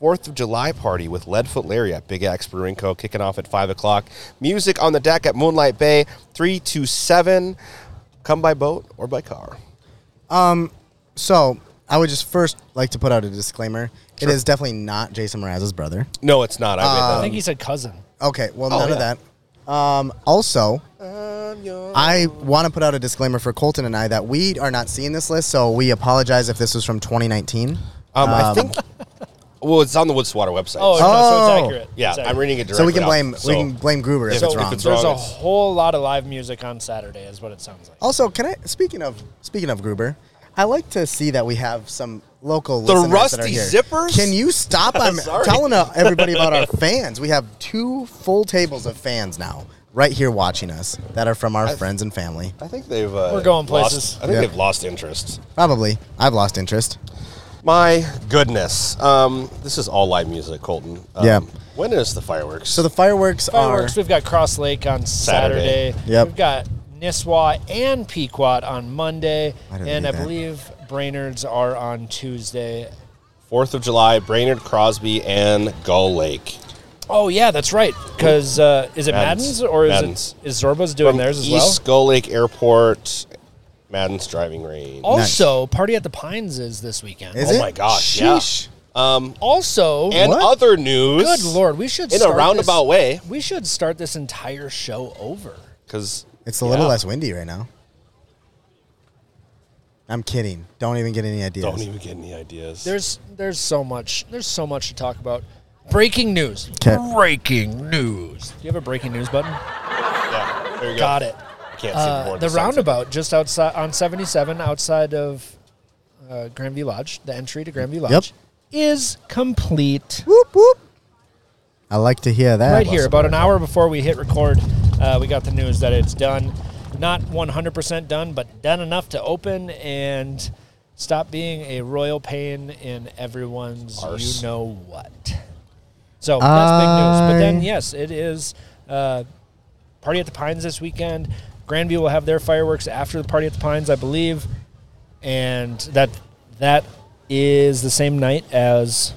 [SPEAKER 7] 4th of July party with Leadfoot Larry at Big Axe Brewing Co. kicking off at 5 o'clock. Music on the deck at Moonlight Bay, 3 to 7. Come by boat or by car.
[SPEAKER 4] So I would just first like to put out a disclaimer. It is definitely not Jason Mraz's brother.
[SPEAKER 7] No, it's not. I uh, made that
[SPEAKER 8] Uh,
[SPEAKER 4] Um,
[SPEAKER 8] I
[SPEAKER 7] up.
[SPEAKER 8] think he said cousin.
[SPEAKER 4] Okay, well, none of that. Um, also, I want to put out a disclaimer for Colton and I that we are not seeing this list, Um, so we apologize if this was from 2019.
[SPEAKER 7] Um, I think Well, it's on the Woodswater website.
[SPEAKER 8] Oh, no, so it's accurate.
[SPEAKER 7] Yeah,
[SPEAKER 8] It's
[SPEAKER 7] I'm
[SPEAKER 8] accurate.
[SPEAKER 7] reading it
[SPEAKER 4] So
[SPEAKER 7] directly.
[SPEAKER 4] we can
[SPEAKER 7] off,
[SPEAKER 4] blame
[SPEAKER 7] so-
[SPEAKER 4] we can blame Gruber if
[SPEAKER 7] So
[SPEAKER 4] it's wrong.
[SPEAKER 8] There's a whole lot of live music on Saturday, is what it sounds like.
[SPEAKER 4] Also, can I speaking of speaking of Gruber, I like to see that we have some local
[SPEAKER 8] The
[SPEAKER 4] listeners that are
[SPEAKER 8] Rusty
[SPEAKER 4] here.
[SPEAKER 8] Zippers?
[SPEAKER 4] Can you stop? I'm
[SPEAKER 8] Sorry.
[SPEAKER 4] telling uh, everybody about our fans. We have two full tables of fans now, right here watching us that are from our
[SPEAKER 7] I-
[SPEAKER 4] friends and family.
[SPEAKER 7] I think they've. Uh,
[SPEAKER 8] We're going
[SPEAKER 7] lost-
[SPEAKER 8] places.
[SPEAKER 7] I think
[SPEAKER 4] Yeah.
[SPEAKER 7] they've lost interest.
[SPEAKER 4] Probably, I've lost interest.
[SPEAKER 7] My goodness, um, this is all live music, Colton. Um,
[SPEAKER 4] Yeah.
[SPEAKER 7] When is the fireworks?
[SPEAKER 4] So the fireworks,
[SPEAKER 8] Fireworks.
[SPEAKER 4] are
[SPEAKER 8] We've got Cross Lake on Saturday.
[SPEAKER 7] Saturday.
[SPEAKER 4] Yep.
[SPEAKER 8] We've got Nisswa and Pequot on Monday,
[SPEAKER 7] I didn't
[SPEAKER 8] and
[SPEAKER 7] do
[SPEAKER 8] I
[SPEAKER 7] that.
[SPEAKER 8] believe Brainerd's are on Tuesday.
[SPEAKER 7] Fourth of July, Brainerd, Crosby, and Gull Lake.
[SPEAKER 8] Oh yeah, that's right. Because uh, is it
[SPEAKER 7] Madden's.
[SPEAKER 8] Madden's, or is
[SPEAKER 7] Madden's.
[SPEAKER 8] it is Zorba's doing
[SPEAKER 7] From
[SPEAKER 8] theirs as well?
[SPEAKER 7] East Gull Lake Airport, Madden's driving range.
[SPEAKER 8] Also, Party at the Pines is this weekend.
[SPEAKER 7] oh my gosh! yeah. Um,
[SPEAKER 8] Also,
[SPEAKER 7] and
[SPEAKER 8] What?
[SPEAKER 7] other news.
[SPEAKER 8] Good lord, we should
[SPEAKER 7] in
[SPEAKER 8] start
[SPEAKER 7] a
[SPEAKER 8] this-
[SPEAKER 7] roundabout way
[SPEAKER 8] We should start this entire show over.
[SPEAKER 7] because
[SPEAKER 4] It's a little less windy right now. I'm kidding. Don't even get any ideas.
[SPEAKER 7] Don't even get any ideas.
[SPEAKER 8] There's there's so much there's so much to talk about. Breaking news.
[SPEAKER 4] 'Kay.
[SPEAKER 8] Breaking news. Do you have a breaking news button?
[SPEAKER 7] Yeah, there you go.
[SPEAKER 8] Got it.
[SPEAKER 7] I can't see
[SPEAKER 8] Uh,
[SPEAKER 7] the board.
[SPEAKER 8] the
[SPEAKER 7] this time.
[SPEAKER 8] roundabout just outside on 77 outside of uh, Grandview Lodge, the entry to Grandview Lodge.
[SPEAKER 4] Yep.
[SPEAKER 8] Is complete.
[SPEAKER 4] Whoop whoop. I like to hear that.
[SPEAKER 8] right here, about an hour before we hit record, uh, we got the news that it's done. Not 100% done, but done enough to open and stop being a royal pain in everyone's
[SPEAKER 7] Arse.
[SPEAKER 8] you know what. So that's big news. But
[SPEAKER 4] I-
[SPEAKER 8] then, yes, it is uh, Party at the Pines this weekend. Grandview will have their fireworks after the Party at the Pines, I believe. And that that is the same night as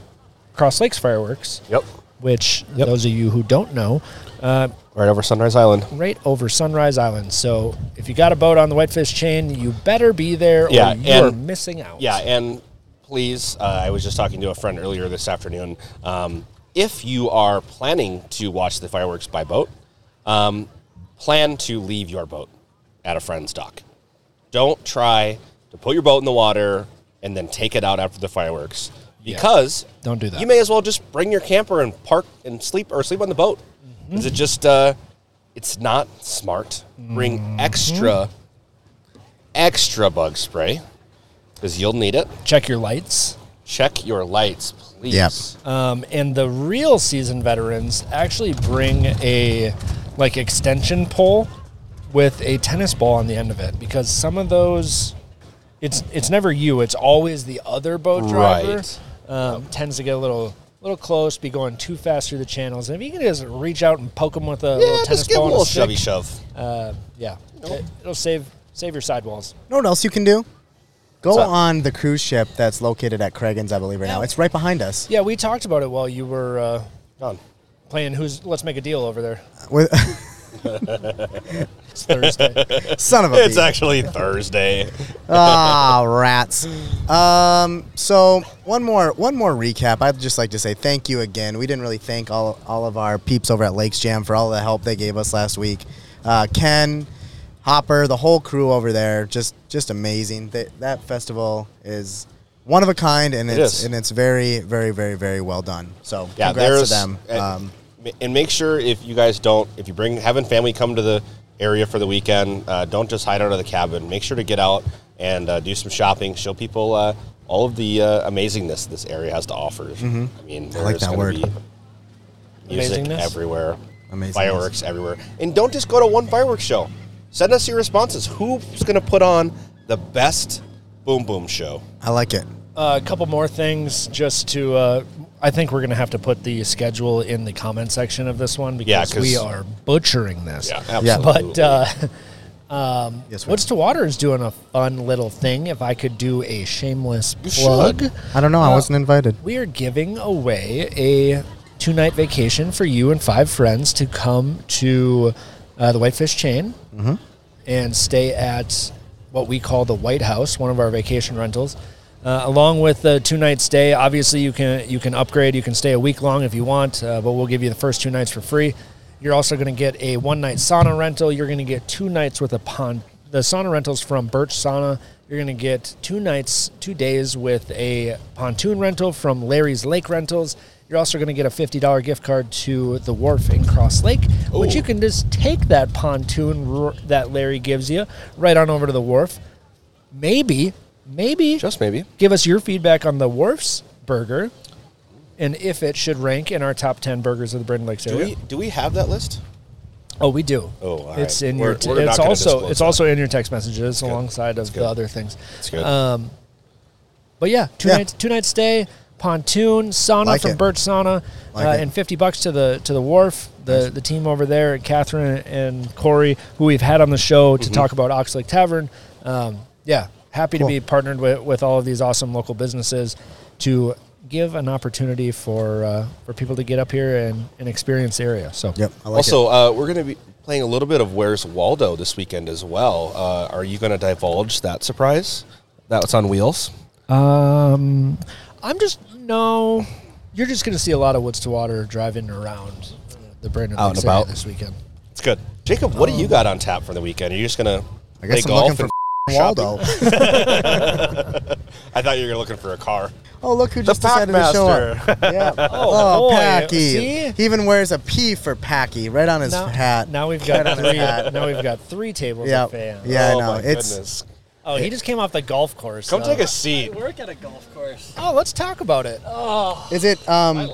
[SPEAKER 8] Cross Lakes fireworks.
[SPEAKER 7] Yep.
[SPEAKER 8] Which those of you who don't know, uh,
[SPEAKER 7] Right over Sunrise Island.
[SPEAKER 8] right over Sunrise Island. So if you got a boat on the Whitefish Chain, you better be there,
[SPEAKER 7] Yeah,
[SPEAKER 8] or you're
[SPEAKER 7] and-
[SPEAKER 8] missing out.
[SPEAKER 7] Yeah, and please, uh, I was just talking to a friend earlier this afternoon. Um, if you are planning to watch the fireworks by boat, um, plan to leave your boat at a friend's dock. Don't try to put your boat in the water and then take it out after the fireworks because
[SPEAKER 8] Don't do that.
[SPEAKER 7] you may as well just bring your camper and park and sleep or sleep on the boat.
[SPEAKER 8] Mm-hmm.
[SPEAKER 7] Is it just? Uh, it's not smart. Bring
[SPEAKER 8] Mm-hmm.
[SPEAKER 7] extra, extra bug spray because you'll need it.
[SPEAKER 8] Check your lights.
[SPEAKER 7] Check your lights, please.
[SPEAKER 4] Yep.
[SPEAKER 8] Um, and the real seasoned veterans actually bring a like extension pole with a tennis ball on the end of it because some of those, it's it's never you, it's always the other boat driver.
[SPEAKER 7] Right.
[SPEAKER 8] Um, Tends to get a little little close, be going too fast through the channels, and if you can just reach out and poke them with a little
[SPEAKER 7] Yeah,
[SPEAKER 8] tennis
[SPEAKER 7] just give
[SPEAKER 8] ball,
[SPEAKER 7] them a
[SPEAKER 8] and
[SPEAKER 7] little
[SPEAKER 8] stick,
[SPEAKER 7] shovey shove.
[SPEAKER 8] Uh, yeah, it, will save save your sidewalls.
[SPEAKER 4] You know what else you can do? Go
[SPEAKER 8] What's up?
[SPEAKER 4] on the cruise ship that's located at Craigens, I believe, right now. It's right behind us.
[SPEAKER 8] Yeah, we talked about it while you were uh,
[SPEAKER 7] Gone.
[SPEAKER 8] playing. Who's let's make a deal over there.
[SPEAKER 4] With-
[SPEAKER 8] It's Thursday.
[SPEAKER 4] Son of a
[SPEAKER 7] It's
[SPEAKER 4] bee.
[SPEAKER 7] actually Thursday.
[SPEAKER 4] Ah, rats. Um, so one more one more recap. I'd just like to say thank you again. We didn't really thank all all of our peeps over at Lakes Jam for all the help they gave us last week. Uh, Ken, Hopper, the whole crew over there, just just amazing. That that festival is one of a kind, and
[SPEAKER 7] It
[SPEAKER 4] it's
[SPEAKER 7] is.
[SPEAKER 4] and it's very very very very well done. So
[SPEAKER 7] Yeah,
[SPEAKER 4] congrats to
[SPEAKER 7] there's
[SPEAKER 4] them.
[SPEAKER 7] And,
[SPEAKER 4] Um,
[SPEAKER 7] and make sure if you guys don't, if you bring having family come to the area for the weekend, uh, don't just hide out of the cabin. Make sure to get out and uh, do some shopping. Show people uh, all of the uh, amazingness this area has to offer.
[SPEAKER 4] Mhm.
[SPEAKER 7] I mean,
[SPEAKER 4] I like
[SPEAKER 7] there's
[SPEAKER 4] that
[SPEAKER 7] gonna
[SPEAKER 4] word.
[SPEAKER 7] Be music
[SPEAKER 8] Amazingness?
[SPEAKER 7] everywhere,
[SPEAKER 4] Amazingness.
[SPEAKER 7] fireworks everywhere, and don't just go to one fireworks show. Send us your responses. Who's going to put on the best boom boom show?
[SPEAKER 4] I like it.
[SPEAKER 8] Uh, a couple more things just to uh, i think we're going to have to put the schedule in the comment section of this one
[SPEAKER 7] Yeah,
[SPEAKER 8] because
[SPEAKER 7] 'cause-
[SPEAKER 8] we are butchering this
[SPEAKER 7] Yeah,
[SPEAKER 4] Yeah.
[SPEAKER 7] absolutely.
[SPEAKER 8] but uh, um,
[SPEAKER 4] Yes, we
[SPEAKER 8] what's to water is doing a fun little thing if i could do a shameless
[SPEAKER 7] should.
[SPEAKER 8] plug
[SPEAKER 4] I don't know. I
[SPEAKER 8] Uh,
[SPEAKER 4] wasn't invited.
[SPEAKER 8] we are giving away a two night vacation for you and five friends to come to uh, the Whitefish Chain and stay at what we call the White House, one of our vacation rentals. Uh, along with the two night stay, obviously you can you can upgrade. You can stay a week long if you want, uh, but we'll give you the first two nights for free. You're also going to get a one night sauna rental. You're going to get two nights with a pond the sauna rentals from Birch Sauna. You're going to get two nights, two days with a pontoon rental from Larry's Lake Rentals. You're also going to get a $50 gift card to the wharf in Cross Lake, which you can just take that pontoon r- that Larry gives you right on over to the wharf. Maybe, maybe, just
[SPEAKER 7] maybe,
[SPEAKER 8] give us your feedback on the wharf's burger and if it should rank in our top 10 burgers of the Brighton Lakes
[SPEAKER 7] Do
[SPEAKER 8] area.
[SPEAKER 7] we do we have that list?
[SPEAKER 8] Oh, we do.
[SPEAKER 7] Oh, all
[SPEAKER 8] it's
[SPEAKER 7] right.
[SPEAKER 8] in
[SPEAKER 7] We're-
[SPEAKER 8] your. T-
[SPEAKER 7] we're not
[SPEAKER 8] it's
[SPEAKER 7] gonna
[SPEAKER 8] also
[SPEAKER 7] disclose
[SPEAKER 8] it's
[SPEAKER 7] that.
[SPEAKER 8] also in your text messages alongside of
[SPEAKER 7] good.
[SPEAKER 8] the other things.
[SPEAKER 7] That's good.
[SPEAKER 8] Um, but yeah, two
[SPEAKER 7] Yeah.
[SPEAKER 8] nights two nights stay pontoon sauna
[SPEAKER 7] Like
[SPEAKER 8] from
[SPEAKER 7] it.
[SPEAKER 8] Birch Sauna,
[SPEAKER 7] Like
[SPEAKER 8] uh,
[SPEAKER 7] it.
[SPEAKER 8] and fifty bucks to the to the wharf. The the team over there, Catherine and Corey, who we've had on the show to
[SPEAKER 7] Mhm.
[SPEAKER 8] talk about Ox Lake Tavern. Um, yeah, happy
[SPEAKER 7] Cool.
[SPEAKER 8] to be partnered with with all of these awesome local businesses to give an opportunity for uh, for people to get up here and, and experience the area. So
[SPEAKER 4] yep,
[SPEAKER 7] also, uh, we're going to be playing a little bit of Where's Waldo this weekend as well. Uh, are you going to divulge that surprise? That's on wheels.
[SPEAKER 8] Um, I'm just no. You're just going to see a lot of woods to water driving around the Brandon
[SPEAKER 7] Out and
[SPEAKER 8] Lakes area
[SPEAKER 7] about.
[SPEAKER 8] this weekend.
[SPEAKER 7] It's good. Jacob, what do you got on tap for the weekend? Are you just going to
[SPEAKER 4] Um, I
[SPEAKER 7] play
[SPEAKER 4] guess I'm
[SPEAKER 7] golf
[SPEAKER 4] looking
[SPEAKER 7] and
[SPEAKER 4] for
[SPEAKER 7] shopping?
[SPEAKER 4] Waldo.
[SPEAKER 7] I thought you were looking for a car.
[SPEAKER 4] Oh, look who
[SPEAKER 7] The
[SPEAKER 4] just decided to show up.
[SPEAKER 7] Packmaster.
[SPEAKER 4] Yeah.
[SPEAKER 7] Oh,
[SPEAKER 4] Oh,
[SPEAKER 7] boy.
[SPEAKER 4] Packy.
[SPEAKER 7] See?
[SPEAKER 4] He even wears a P for Packy right on his
[SPEAKER 8] Now-
[SPEAKER 4] hat.
[SPEAKER 8] Now we've
[SPEAKER 4] Right
[SPEAKER 8] got
[SPEAKER 4] on his
[SPEAKER 8] three.
[SPEAKER 4] hat.
[SPEAKER 8] now we've got three tables
[SPEAKER 4] Yeah.
[SPEAKER 8] of fans.
[SPEAKER 4] Yeah, I Oh, know. my It's- goodness.
[SPEAKER 8] Oh, he just came off the golf course.
[SPEAKER 7] Come
[SPEAKER 8] uh,
[SPEAKER 7] take a seat.
[SPEAKER 8] work at a golf course. Oh, let's talk about it. Oh,
[SPEAKER 4] Is it um?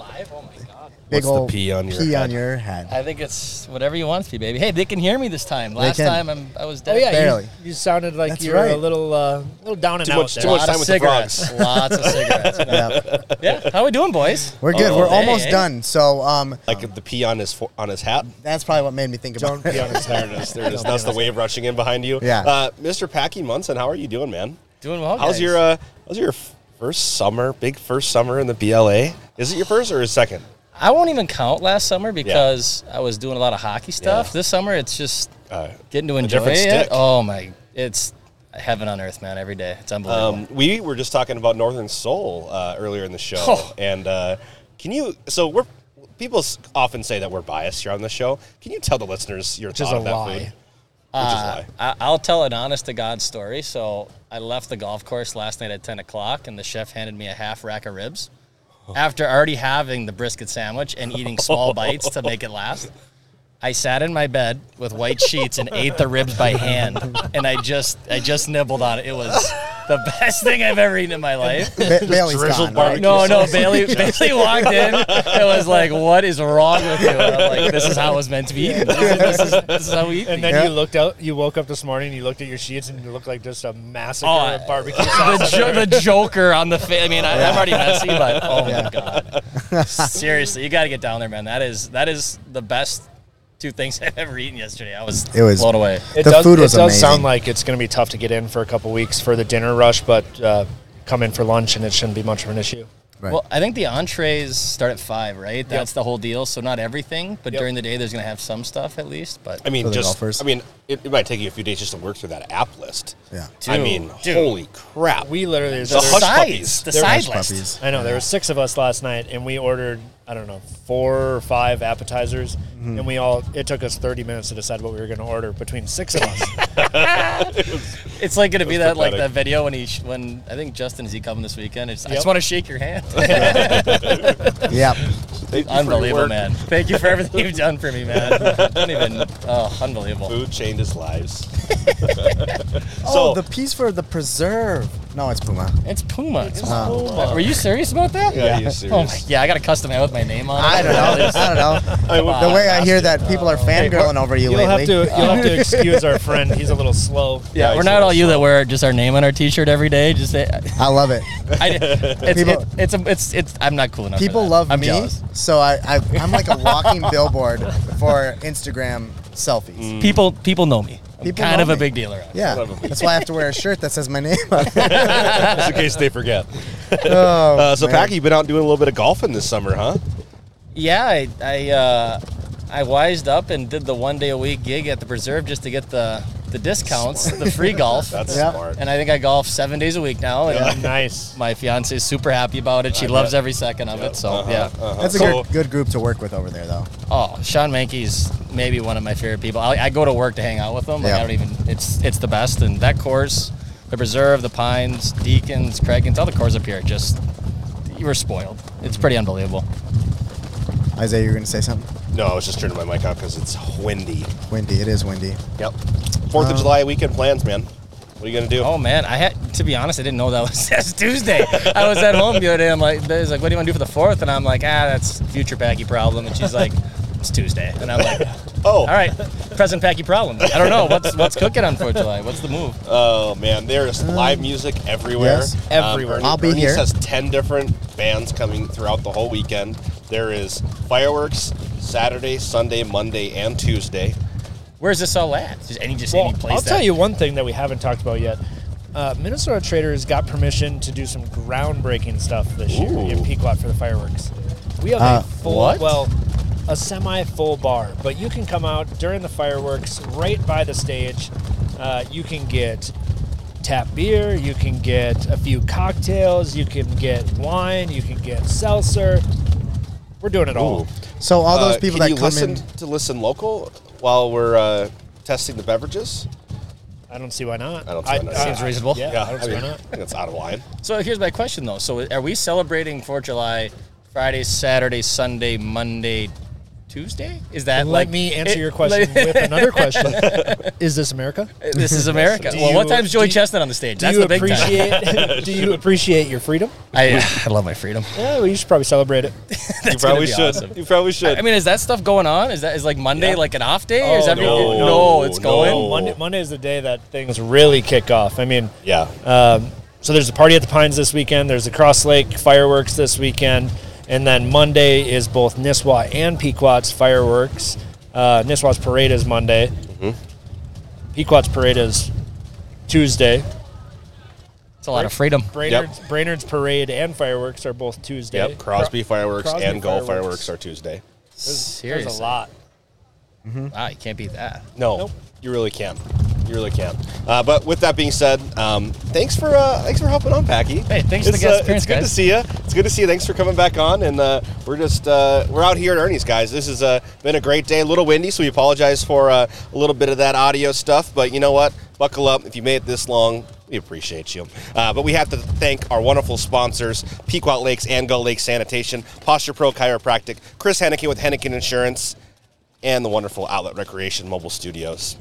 [SPEAKER 4] Big
[SPEAKER 7] What's the
[SPEAKER 4] old
[SPEAKER 7] P on your
[SPEAKER 4] P
[SPEAKER 7] head?
[SPEAKER 4] on your head.
[SPEAKER 11] Oh, I think it's whatever you want to be, baby. Hey, they can hear me this time.
[SPEAKER 4] They
[SPEAKER 11] Last
[SPEAKER 4] can.
[SPEAKER 11] time I'm, I was dead.
[SPEAKER 8] Oh yeah, you, you sounded like
[SPEAKER 11] That's
[SPEAKER 8] you were a
[SPEAKER 11] right.
[SPEAKER 8] little, uh, little down and
[SPEAKER 11] Too
[SPEAKER 8] out.
[SPEAKER 11] much-
[SPEAKER 8] there.
[SPEAKER 11] too much Lot time of with the cigarettes. frogs. Lots of cigarettes. Yeah. How we doing, boys?
[SPEAKER 4] We're good.
[SPEAKER 7] Oh,
[SPEAKER 4] We're
[SPEAKER 7] hey,
[SPEAKER 4] almost
[SPEAKER 7] hey.
[SPEAKER 4] done. So um,
[SPEAKER 7] Like the P on his fo- on his hat.
[SPEAKER 4] that's probably what made me think about
[SPEAKER 7] P on his hat. There it is. There it is. That's the wave rushing in behind you.
[SPEAKER 4] Yeah.
[SPEAKER 7] Uh, Mr. Packy Munson, how are you doing, man?
[SPEAKER 11] Doing well.
[SPEAKER 7] How's
[SPEAKER 11] guys.
[SPEAKER 7] your uh, How's your f- first summer? Big first summer in the BLA. Is it your first or his second?
[SPEAKER 11] I won't even count last summer because I was doing a lot of hockey stuff. This summer, it's just getting to
[SPEAKER 7] Uh,
[SPEAKER 11] enjoy
[SPEAKER 7] different
[SPEAKER 11] it.
[SPEAKER 7] stick.
[SPEAKER 11] Oh my, it's heaven on earth, man. Every day, it's unbelievable.
[SPEAKER 7] Um, we were just talking about Northern Soul uh, earlier in the show,
[SPEAKER 11] Oh.
[SPEAKER 7] and uh, can you? So we're people s- often say that we're biased here on the show. Can you tell the listeners your
[SPEAKER 11] Which
[SPEAKER 7] thought
[SPEAKER 11] is
[SPEAKER 7] of
[SPEAKER 11] a
[SPEAKER 7] that
[SPEAKER 11] lie.
[SPEAKER 7] food? Which Oh,
[SPEAKER 11] Uh, I, I'll tell an honest to God story. So I left the golf course last night at 10 o'clock, and the chef handed me a half rack of ribs after already having the brisket sandwich and eating small bites to make it last. I sat in my bed with white sheets and ate the ribs by hand, and I just I just nibbled on it. It was the best thing I've ever eaten in my life.
[SPEAKER 4] Ba- Bailey's gone, right?
[SPEAKER 11] No, no,
[SPEAKER 4] Drizzled
[SPEAKER 11] Bailey
[SPEAKER 4] barbecue
[SPEAKER 11] Bailey
[SPEAKER 4] sauce.
[SPEAKER 11] walked in. It was like, what is wrong with you? And I'm like, this is how it was meant to be eaten. This is- this is- this is how we eat
[SPEAKER 8] And
[SPEAKER 11] these.
[SPEAKER 8] then
[SPEAKER 11] Yeah.
[SPEAKER 8] you looked out, you woke up this morning, you looked at your sheets, and you looked like just a massacre
[SPEAKER 11] Oh,
[SPEAKER 8] of barbecue sauce.
[SPEAKER 11] the, jo- the Joker on the face. I mean, I, I'm already messy, but oh
[SPEAKER 8] Yeah.
[SPEAKER 11] my god! Seriously, you got to get down there, man. That is that is the best two things I've ever eaten yesterday. I was
[SPEAKER 4] It was
[SPEAKER 11] blown away.
[SPEAKER 4] It The does- food
[SPEAKER 8] it
[SPEAKER 4] was
[SPEAKER 8] does
[SPEAKER 4] amazing.
[SPEAKER 8] sound like it's going to be tough to get in for a couple weeks for the dinner rush, but uh, come in for lunch and it shouldn't be much of an issue.
[SPEAKER 11] Well, I think the entrees start at five, right? That's the whole deal. So not everything, but during the day, there's gonna have some stuff at least. But
[SPEAKER 7] I mean, just I mean, it, it might take you a few days just to work through that app list.
[SPEAKER 11] Yeah.
[SPEAKER 7] I
[SPEAKER 11] Dude,
[SPEAKER 7] mean,
[SPEAKER 11] dude.
[SPEAKER 7] holy crap!
[SPEAKER 8] We literally
[SPEAKER 7] the hush puppies.
[SPEAKER 8] There- I know there were six of us last night, and we ordered I don't know four or five appetizers,
[SPEAKER 7] Mhm.
[SPEAKER 11] Mm-hmm.
[SPEAKER 8] and we all it took us thirty minutes to decide what we were going to order between six of us.
[SPEAKER 11] It's like gonna
[SPEAKER 8] It
[SPEAKER 11] be
[SPEAKER 8] was
[SPEAKER 11] that like
[SPEAKER 8] pathetic.
[SPEAKER 11] that video when he sh- when I think Justin is he coming this weekend. It's, I
[SPEAKER 8] Yep.
[SPEAKER 11] just want to shake your hand.
[SPEAKER 4] Yep.
[SPEAKER 7] Thank you for your
[SPEAKER 11] unbelievable,
[SPEAKER 7] work.
[SPEAKER 11] man. Thank you for everything you've done for me, man. I don't even. Oh, unbelievable.
[SPEAKER 7] Food changed his lives.
[SPEAKER 4] Oh, the piece for the preserve. No, it's Puma.
[SPEAKER 11] It's Puma. It's
[SPEAKER 4] Puma.
[SPEAKER 11] Were you serious about that?
[SPEAKER 4] Yeah, he's
[SPEAKER 11] Oh my,
[SPEAKER 4] serious.
[SPEAKER 11] yeah, I got a custom hat with my name on it.
[SPEAKER 4] I don't know. I don't know. the way I hear that people are fangirling over you
[SPEAKER 8] You'll have
[SPEAKER 4] lately.
[SPEAKER 8] to you'll have to excuse our friend; he's a little slow.
[SPEAKER 11] Yeah, we're not all you that wear just our name on our T-shirt every day. Just say,
[SPEAKER 4] I love it.
[SPEAKER 11] I, it's,
[SPEAKER 4] People-
[SPEAKER 11] it- it's, a- it's, it's, I'm not cool enough. for
[SPEAKER 4] People
[SPEAKER 11] that.
[SPEAKER 4] love
[SPEAKER 11] I'm
[SPEAKER 4] me,
[SPEAKER 11] jealous.
[SPEAKER 4] so I, I I'm like a walking billboard for Instagram selfies.
[SPEAKER 11] People, people know me. I'm
[SPEAKER 4] People
[SPEAKER 11] Mm, kind
[SPEAKER 4] know
[SPEAKER 11] of a
[SPEAKER 4] me.
[SPEAKER 11] big deal around.
[SPEAKER 4] Yeah, that's why I have to wear a shirt that says my name. on it.
[SPEAKER 7] Just in case they forget.
[SPEAKER 4] Oh,
[SPEAKER 7] uh, so,
[SPEAKER 4] man.
[SPEAKER 7] Packy, you've been out doing a little bit of golfing this summer, huh?
[SPEAKER 11] Yeah, I, I, uh, I wised up and did the one day a week gig at the preserve just to get the the discounts, the free golf.
[SPEAKER 7] That's Yeah. smart.
[SPEAKER 11] And I think I golf seven days a week now.
[SPEAKER 7] Yeah.
[SPEAKER 11] And nice. My fiance is super happy about it. She
[SPEAKER 4] I
[SPEAKER 11] loves
[SPEAKER 4] bet.
[SPEAKER 11] every second of it. So
[SPEAKER 4] Uh-huh,
[SPEAKER 11] yeah,
[SPEAKER 4] uh-huh. That's a good, good group to work with over there, though.
[SPEAKER 11] Oh, Sean Mankey's maybe one of my favorite people. I, I go to work to hang out with him. Like,
[SPEAKER 4] Yeah.
[SPEAKER 11] I don't even. It's it's the best. And that course, the Preserve, the Pines, Deacons, Craigens, all the cores up here, just you were spoiled. It's pretty unbelievable.
[SPEAKER 4] Isaiah, you're going to say something?
[SPEAKER 7] No, I was just turning my mic off because it's windy.
[SPEAKER 4] Windy. It is windy.
[SPEAKER 7] Yep. Fourth of
[SPEAKER 11] Um,
[SPEAKER 7] July weekend plans, man. What are you gonna do?
[SPEAKER 11] Oh man, I had to be honest, I didn't know that was that's Tuesday. I was at home the other day. I'm like, he's like, what do you want to do for the fourth? And I'm like, ah, that's future Packy problem. And she's like, it's Tuesday. And I'm like,
[SPEAKER 7] oh, all
[SPEAKER 11] right, present Packy problem. I don't know what's what's cooking on Fourth of July. What's the move?
[SPEAKER 7] Oh man, there is live music everywhere. Um,
[SPEAKER 11] yes, everywhere.
[SPEAKER 7] Bernie-
[SPEAKER 11] I'll be
[SPEAKER 7] Bernie's
[SPEAKER 11] here.
[SPEAKER 7] has ten different bands coming throughout the whole weekend. There is fireworks Saturday, Sunday, Monday, and Tuesday.
[SPEAKER 11] Where's this all at? Just any just
[SPEAKER 7] Well,
[SPEAKER 11] any place.
[SPEAKER 8] I'll
[SPEAKER 11] that-
[SPEAKER 8] tell you one thing that we haven't talked about yet. Uh, Minnesota Traders got permission to do some groundbreaking stuff this year in Pequot for the fireworks. We have
[SPEAKER 4] Uh,
[SPEAKER 8] a full,
[SPEAKER 4] what?
[SPEAKER 8] well, a semi-full bar, but you can come out during the fireworks right by the stage. Uh, you can get tap beer, you can get a few cocktails, you can get wine, you can get seltzer. We're doing it all.
[SPEAKER 4] So all those
[SPEAKER 7] Uh,
[SPEAKER 4] people
[SPEAKER 7] can
[SPEAKER 4] that
[SPEAKER 7] you
[SPEAKER 4] come
[SPEAKER 7] listen
[SPEAKER 4] in,
[SPEAKER 7] to listen local while we're uh, testing the beverages.
[SPEAKER 8] I don't see why not.
[SPEAKER 7] I don't see why not.
[SPEAKER 11] Seems reasonable.
[SPEAKER 8] Yeah, I don't see why not.
[SPEAKER 7] That's out of line.
[SPEAKER 11] So here's my question though. So are we celebrating Fourth of July Friday, Saturday, Sunday, Monday, Tuesday? Is that
[SPEAKER 8] Let
[SPEAKER 11] like
[SPEAKER 8] me answer
[SPEAKER 11] it-
[SPEAKER 8] your question with another question. Is this America?
[SPEAKER 11] This is America.
[SPEAKER 8] Do
[SPEAKER 11] well, what
[SPEAKER 8] you-
[SPEAKER 11] time's Joey
[SPEAKER 8] do-
[SPEAKER 11] Chestnut on the stage?
[SPEAKER 8] do
[SPEAKER 11] That's
[SPEAKER 8] you
[SPEAKER 11] the big
[SPEAKER 8] appreciate-
[SPEAKER 11] time.
[SPEAKER 8] do you appreciate your freedom?
[SPEAKER 11] I, I love my freedom.
[SPEAKER 8] Yeah, well, you should probably celebrate it.
[SPEAKER 11] That's gonna be awesome.
[SPEAKER 7] You probably should.
[SPEAKER 11] I mean, is that stuff going on? Is that is like Monday like an off day? or is
[SPEAKER 8] Oh,
[SPEAKER 11] every,
[SPEAKER 8] no,
[SPEAKER 11] no, it's going.
[SPEAKER 8] Monday, Monday is the day that things really kick off. I mean,
[SPEAKER 7] yeah.
[SPEAKER 8] Um, so there's a party at the Pines this weekend. There's the Cross Lake fireworks this weekend, and then Monday is both Nisswa and Pequot's fireworks. Uh, Nisswa's parade is Monday.
[SPEAKER 11] Mm-hmm.
[SPEAKER 8] Pequot's parade is Tuesday.
[SPEAKER 11] It's a lot of freedom.
[SPEAKER 8] Brainerd's, Brainerd's parade and fireworks are both Tuesday.
[SPEAKER 7] Yep. Crosby
[SPEAKER 8] Cro-
[SPEAKER 7] fireworks
[SPEAKER 8] Crosby
[SPEAKER 7] and Gull fireworks are Tuesday.
[SPEAKER 8] There's, there's
[SPEAKER 11] Seriously.
[SPEAKER 8] a lot.
[SPEAKER 11] Wow, you can't beat that.
[SPEAKER 7] No, you really can't. You really can't. Uh, but with that being said, um, thanks for uh, thanks for helping on, Packy. Hey,
[SPEAKER 11] thanks for
[SPEAKER 7] it's, uh,
[SPEAKER 11] the guest
[SPEAKER 7] It's
[SPEAKER 11] appearance,
[SPEAKER 7] good to
[SPEAKER 11] guys.
[SPEAKER 7] see you. It's good to see you. Thanks for coming back on, and uh, we're just uh, we're out here at Ernie's, guys. This has uh, been a great day. A little windy, so we apologize for uh, a little bit of that audio stuff. But you know what? Buckle up. If you made it this long, we appreciate you. Uh, but we have to thank our wonderful sponsors, Pequot Lakes and Gull Lake Sanitation, Posture Pro Chiropractic, Chris Hennigan with Hennigan Insurance, and the wonderful Outlet Recreation Mobile Studios.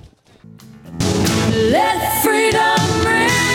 [SPEAKER 13] Let freedom ring.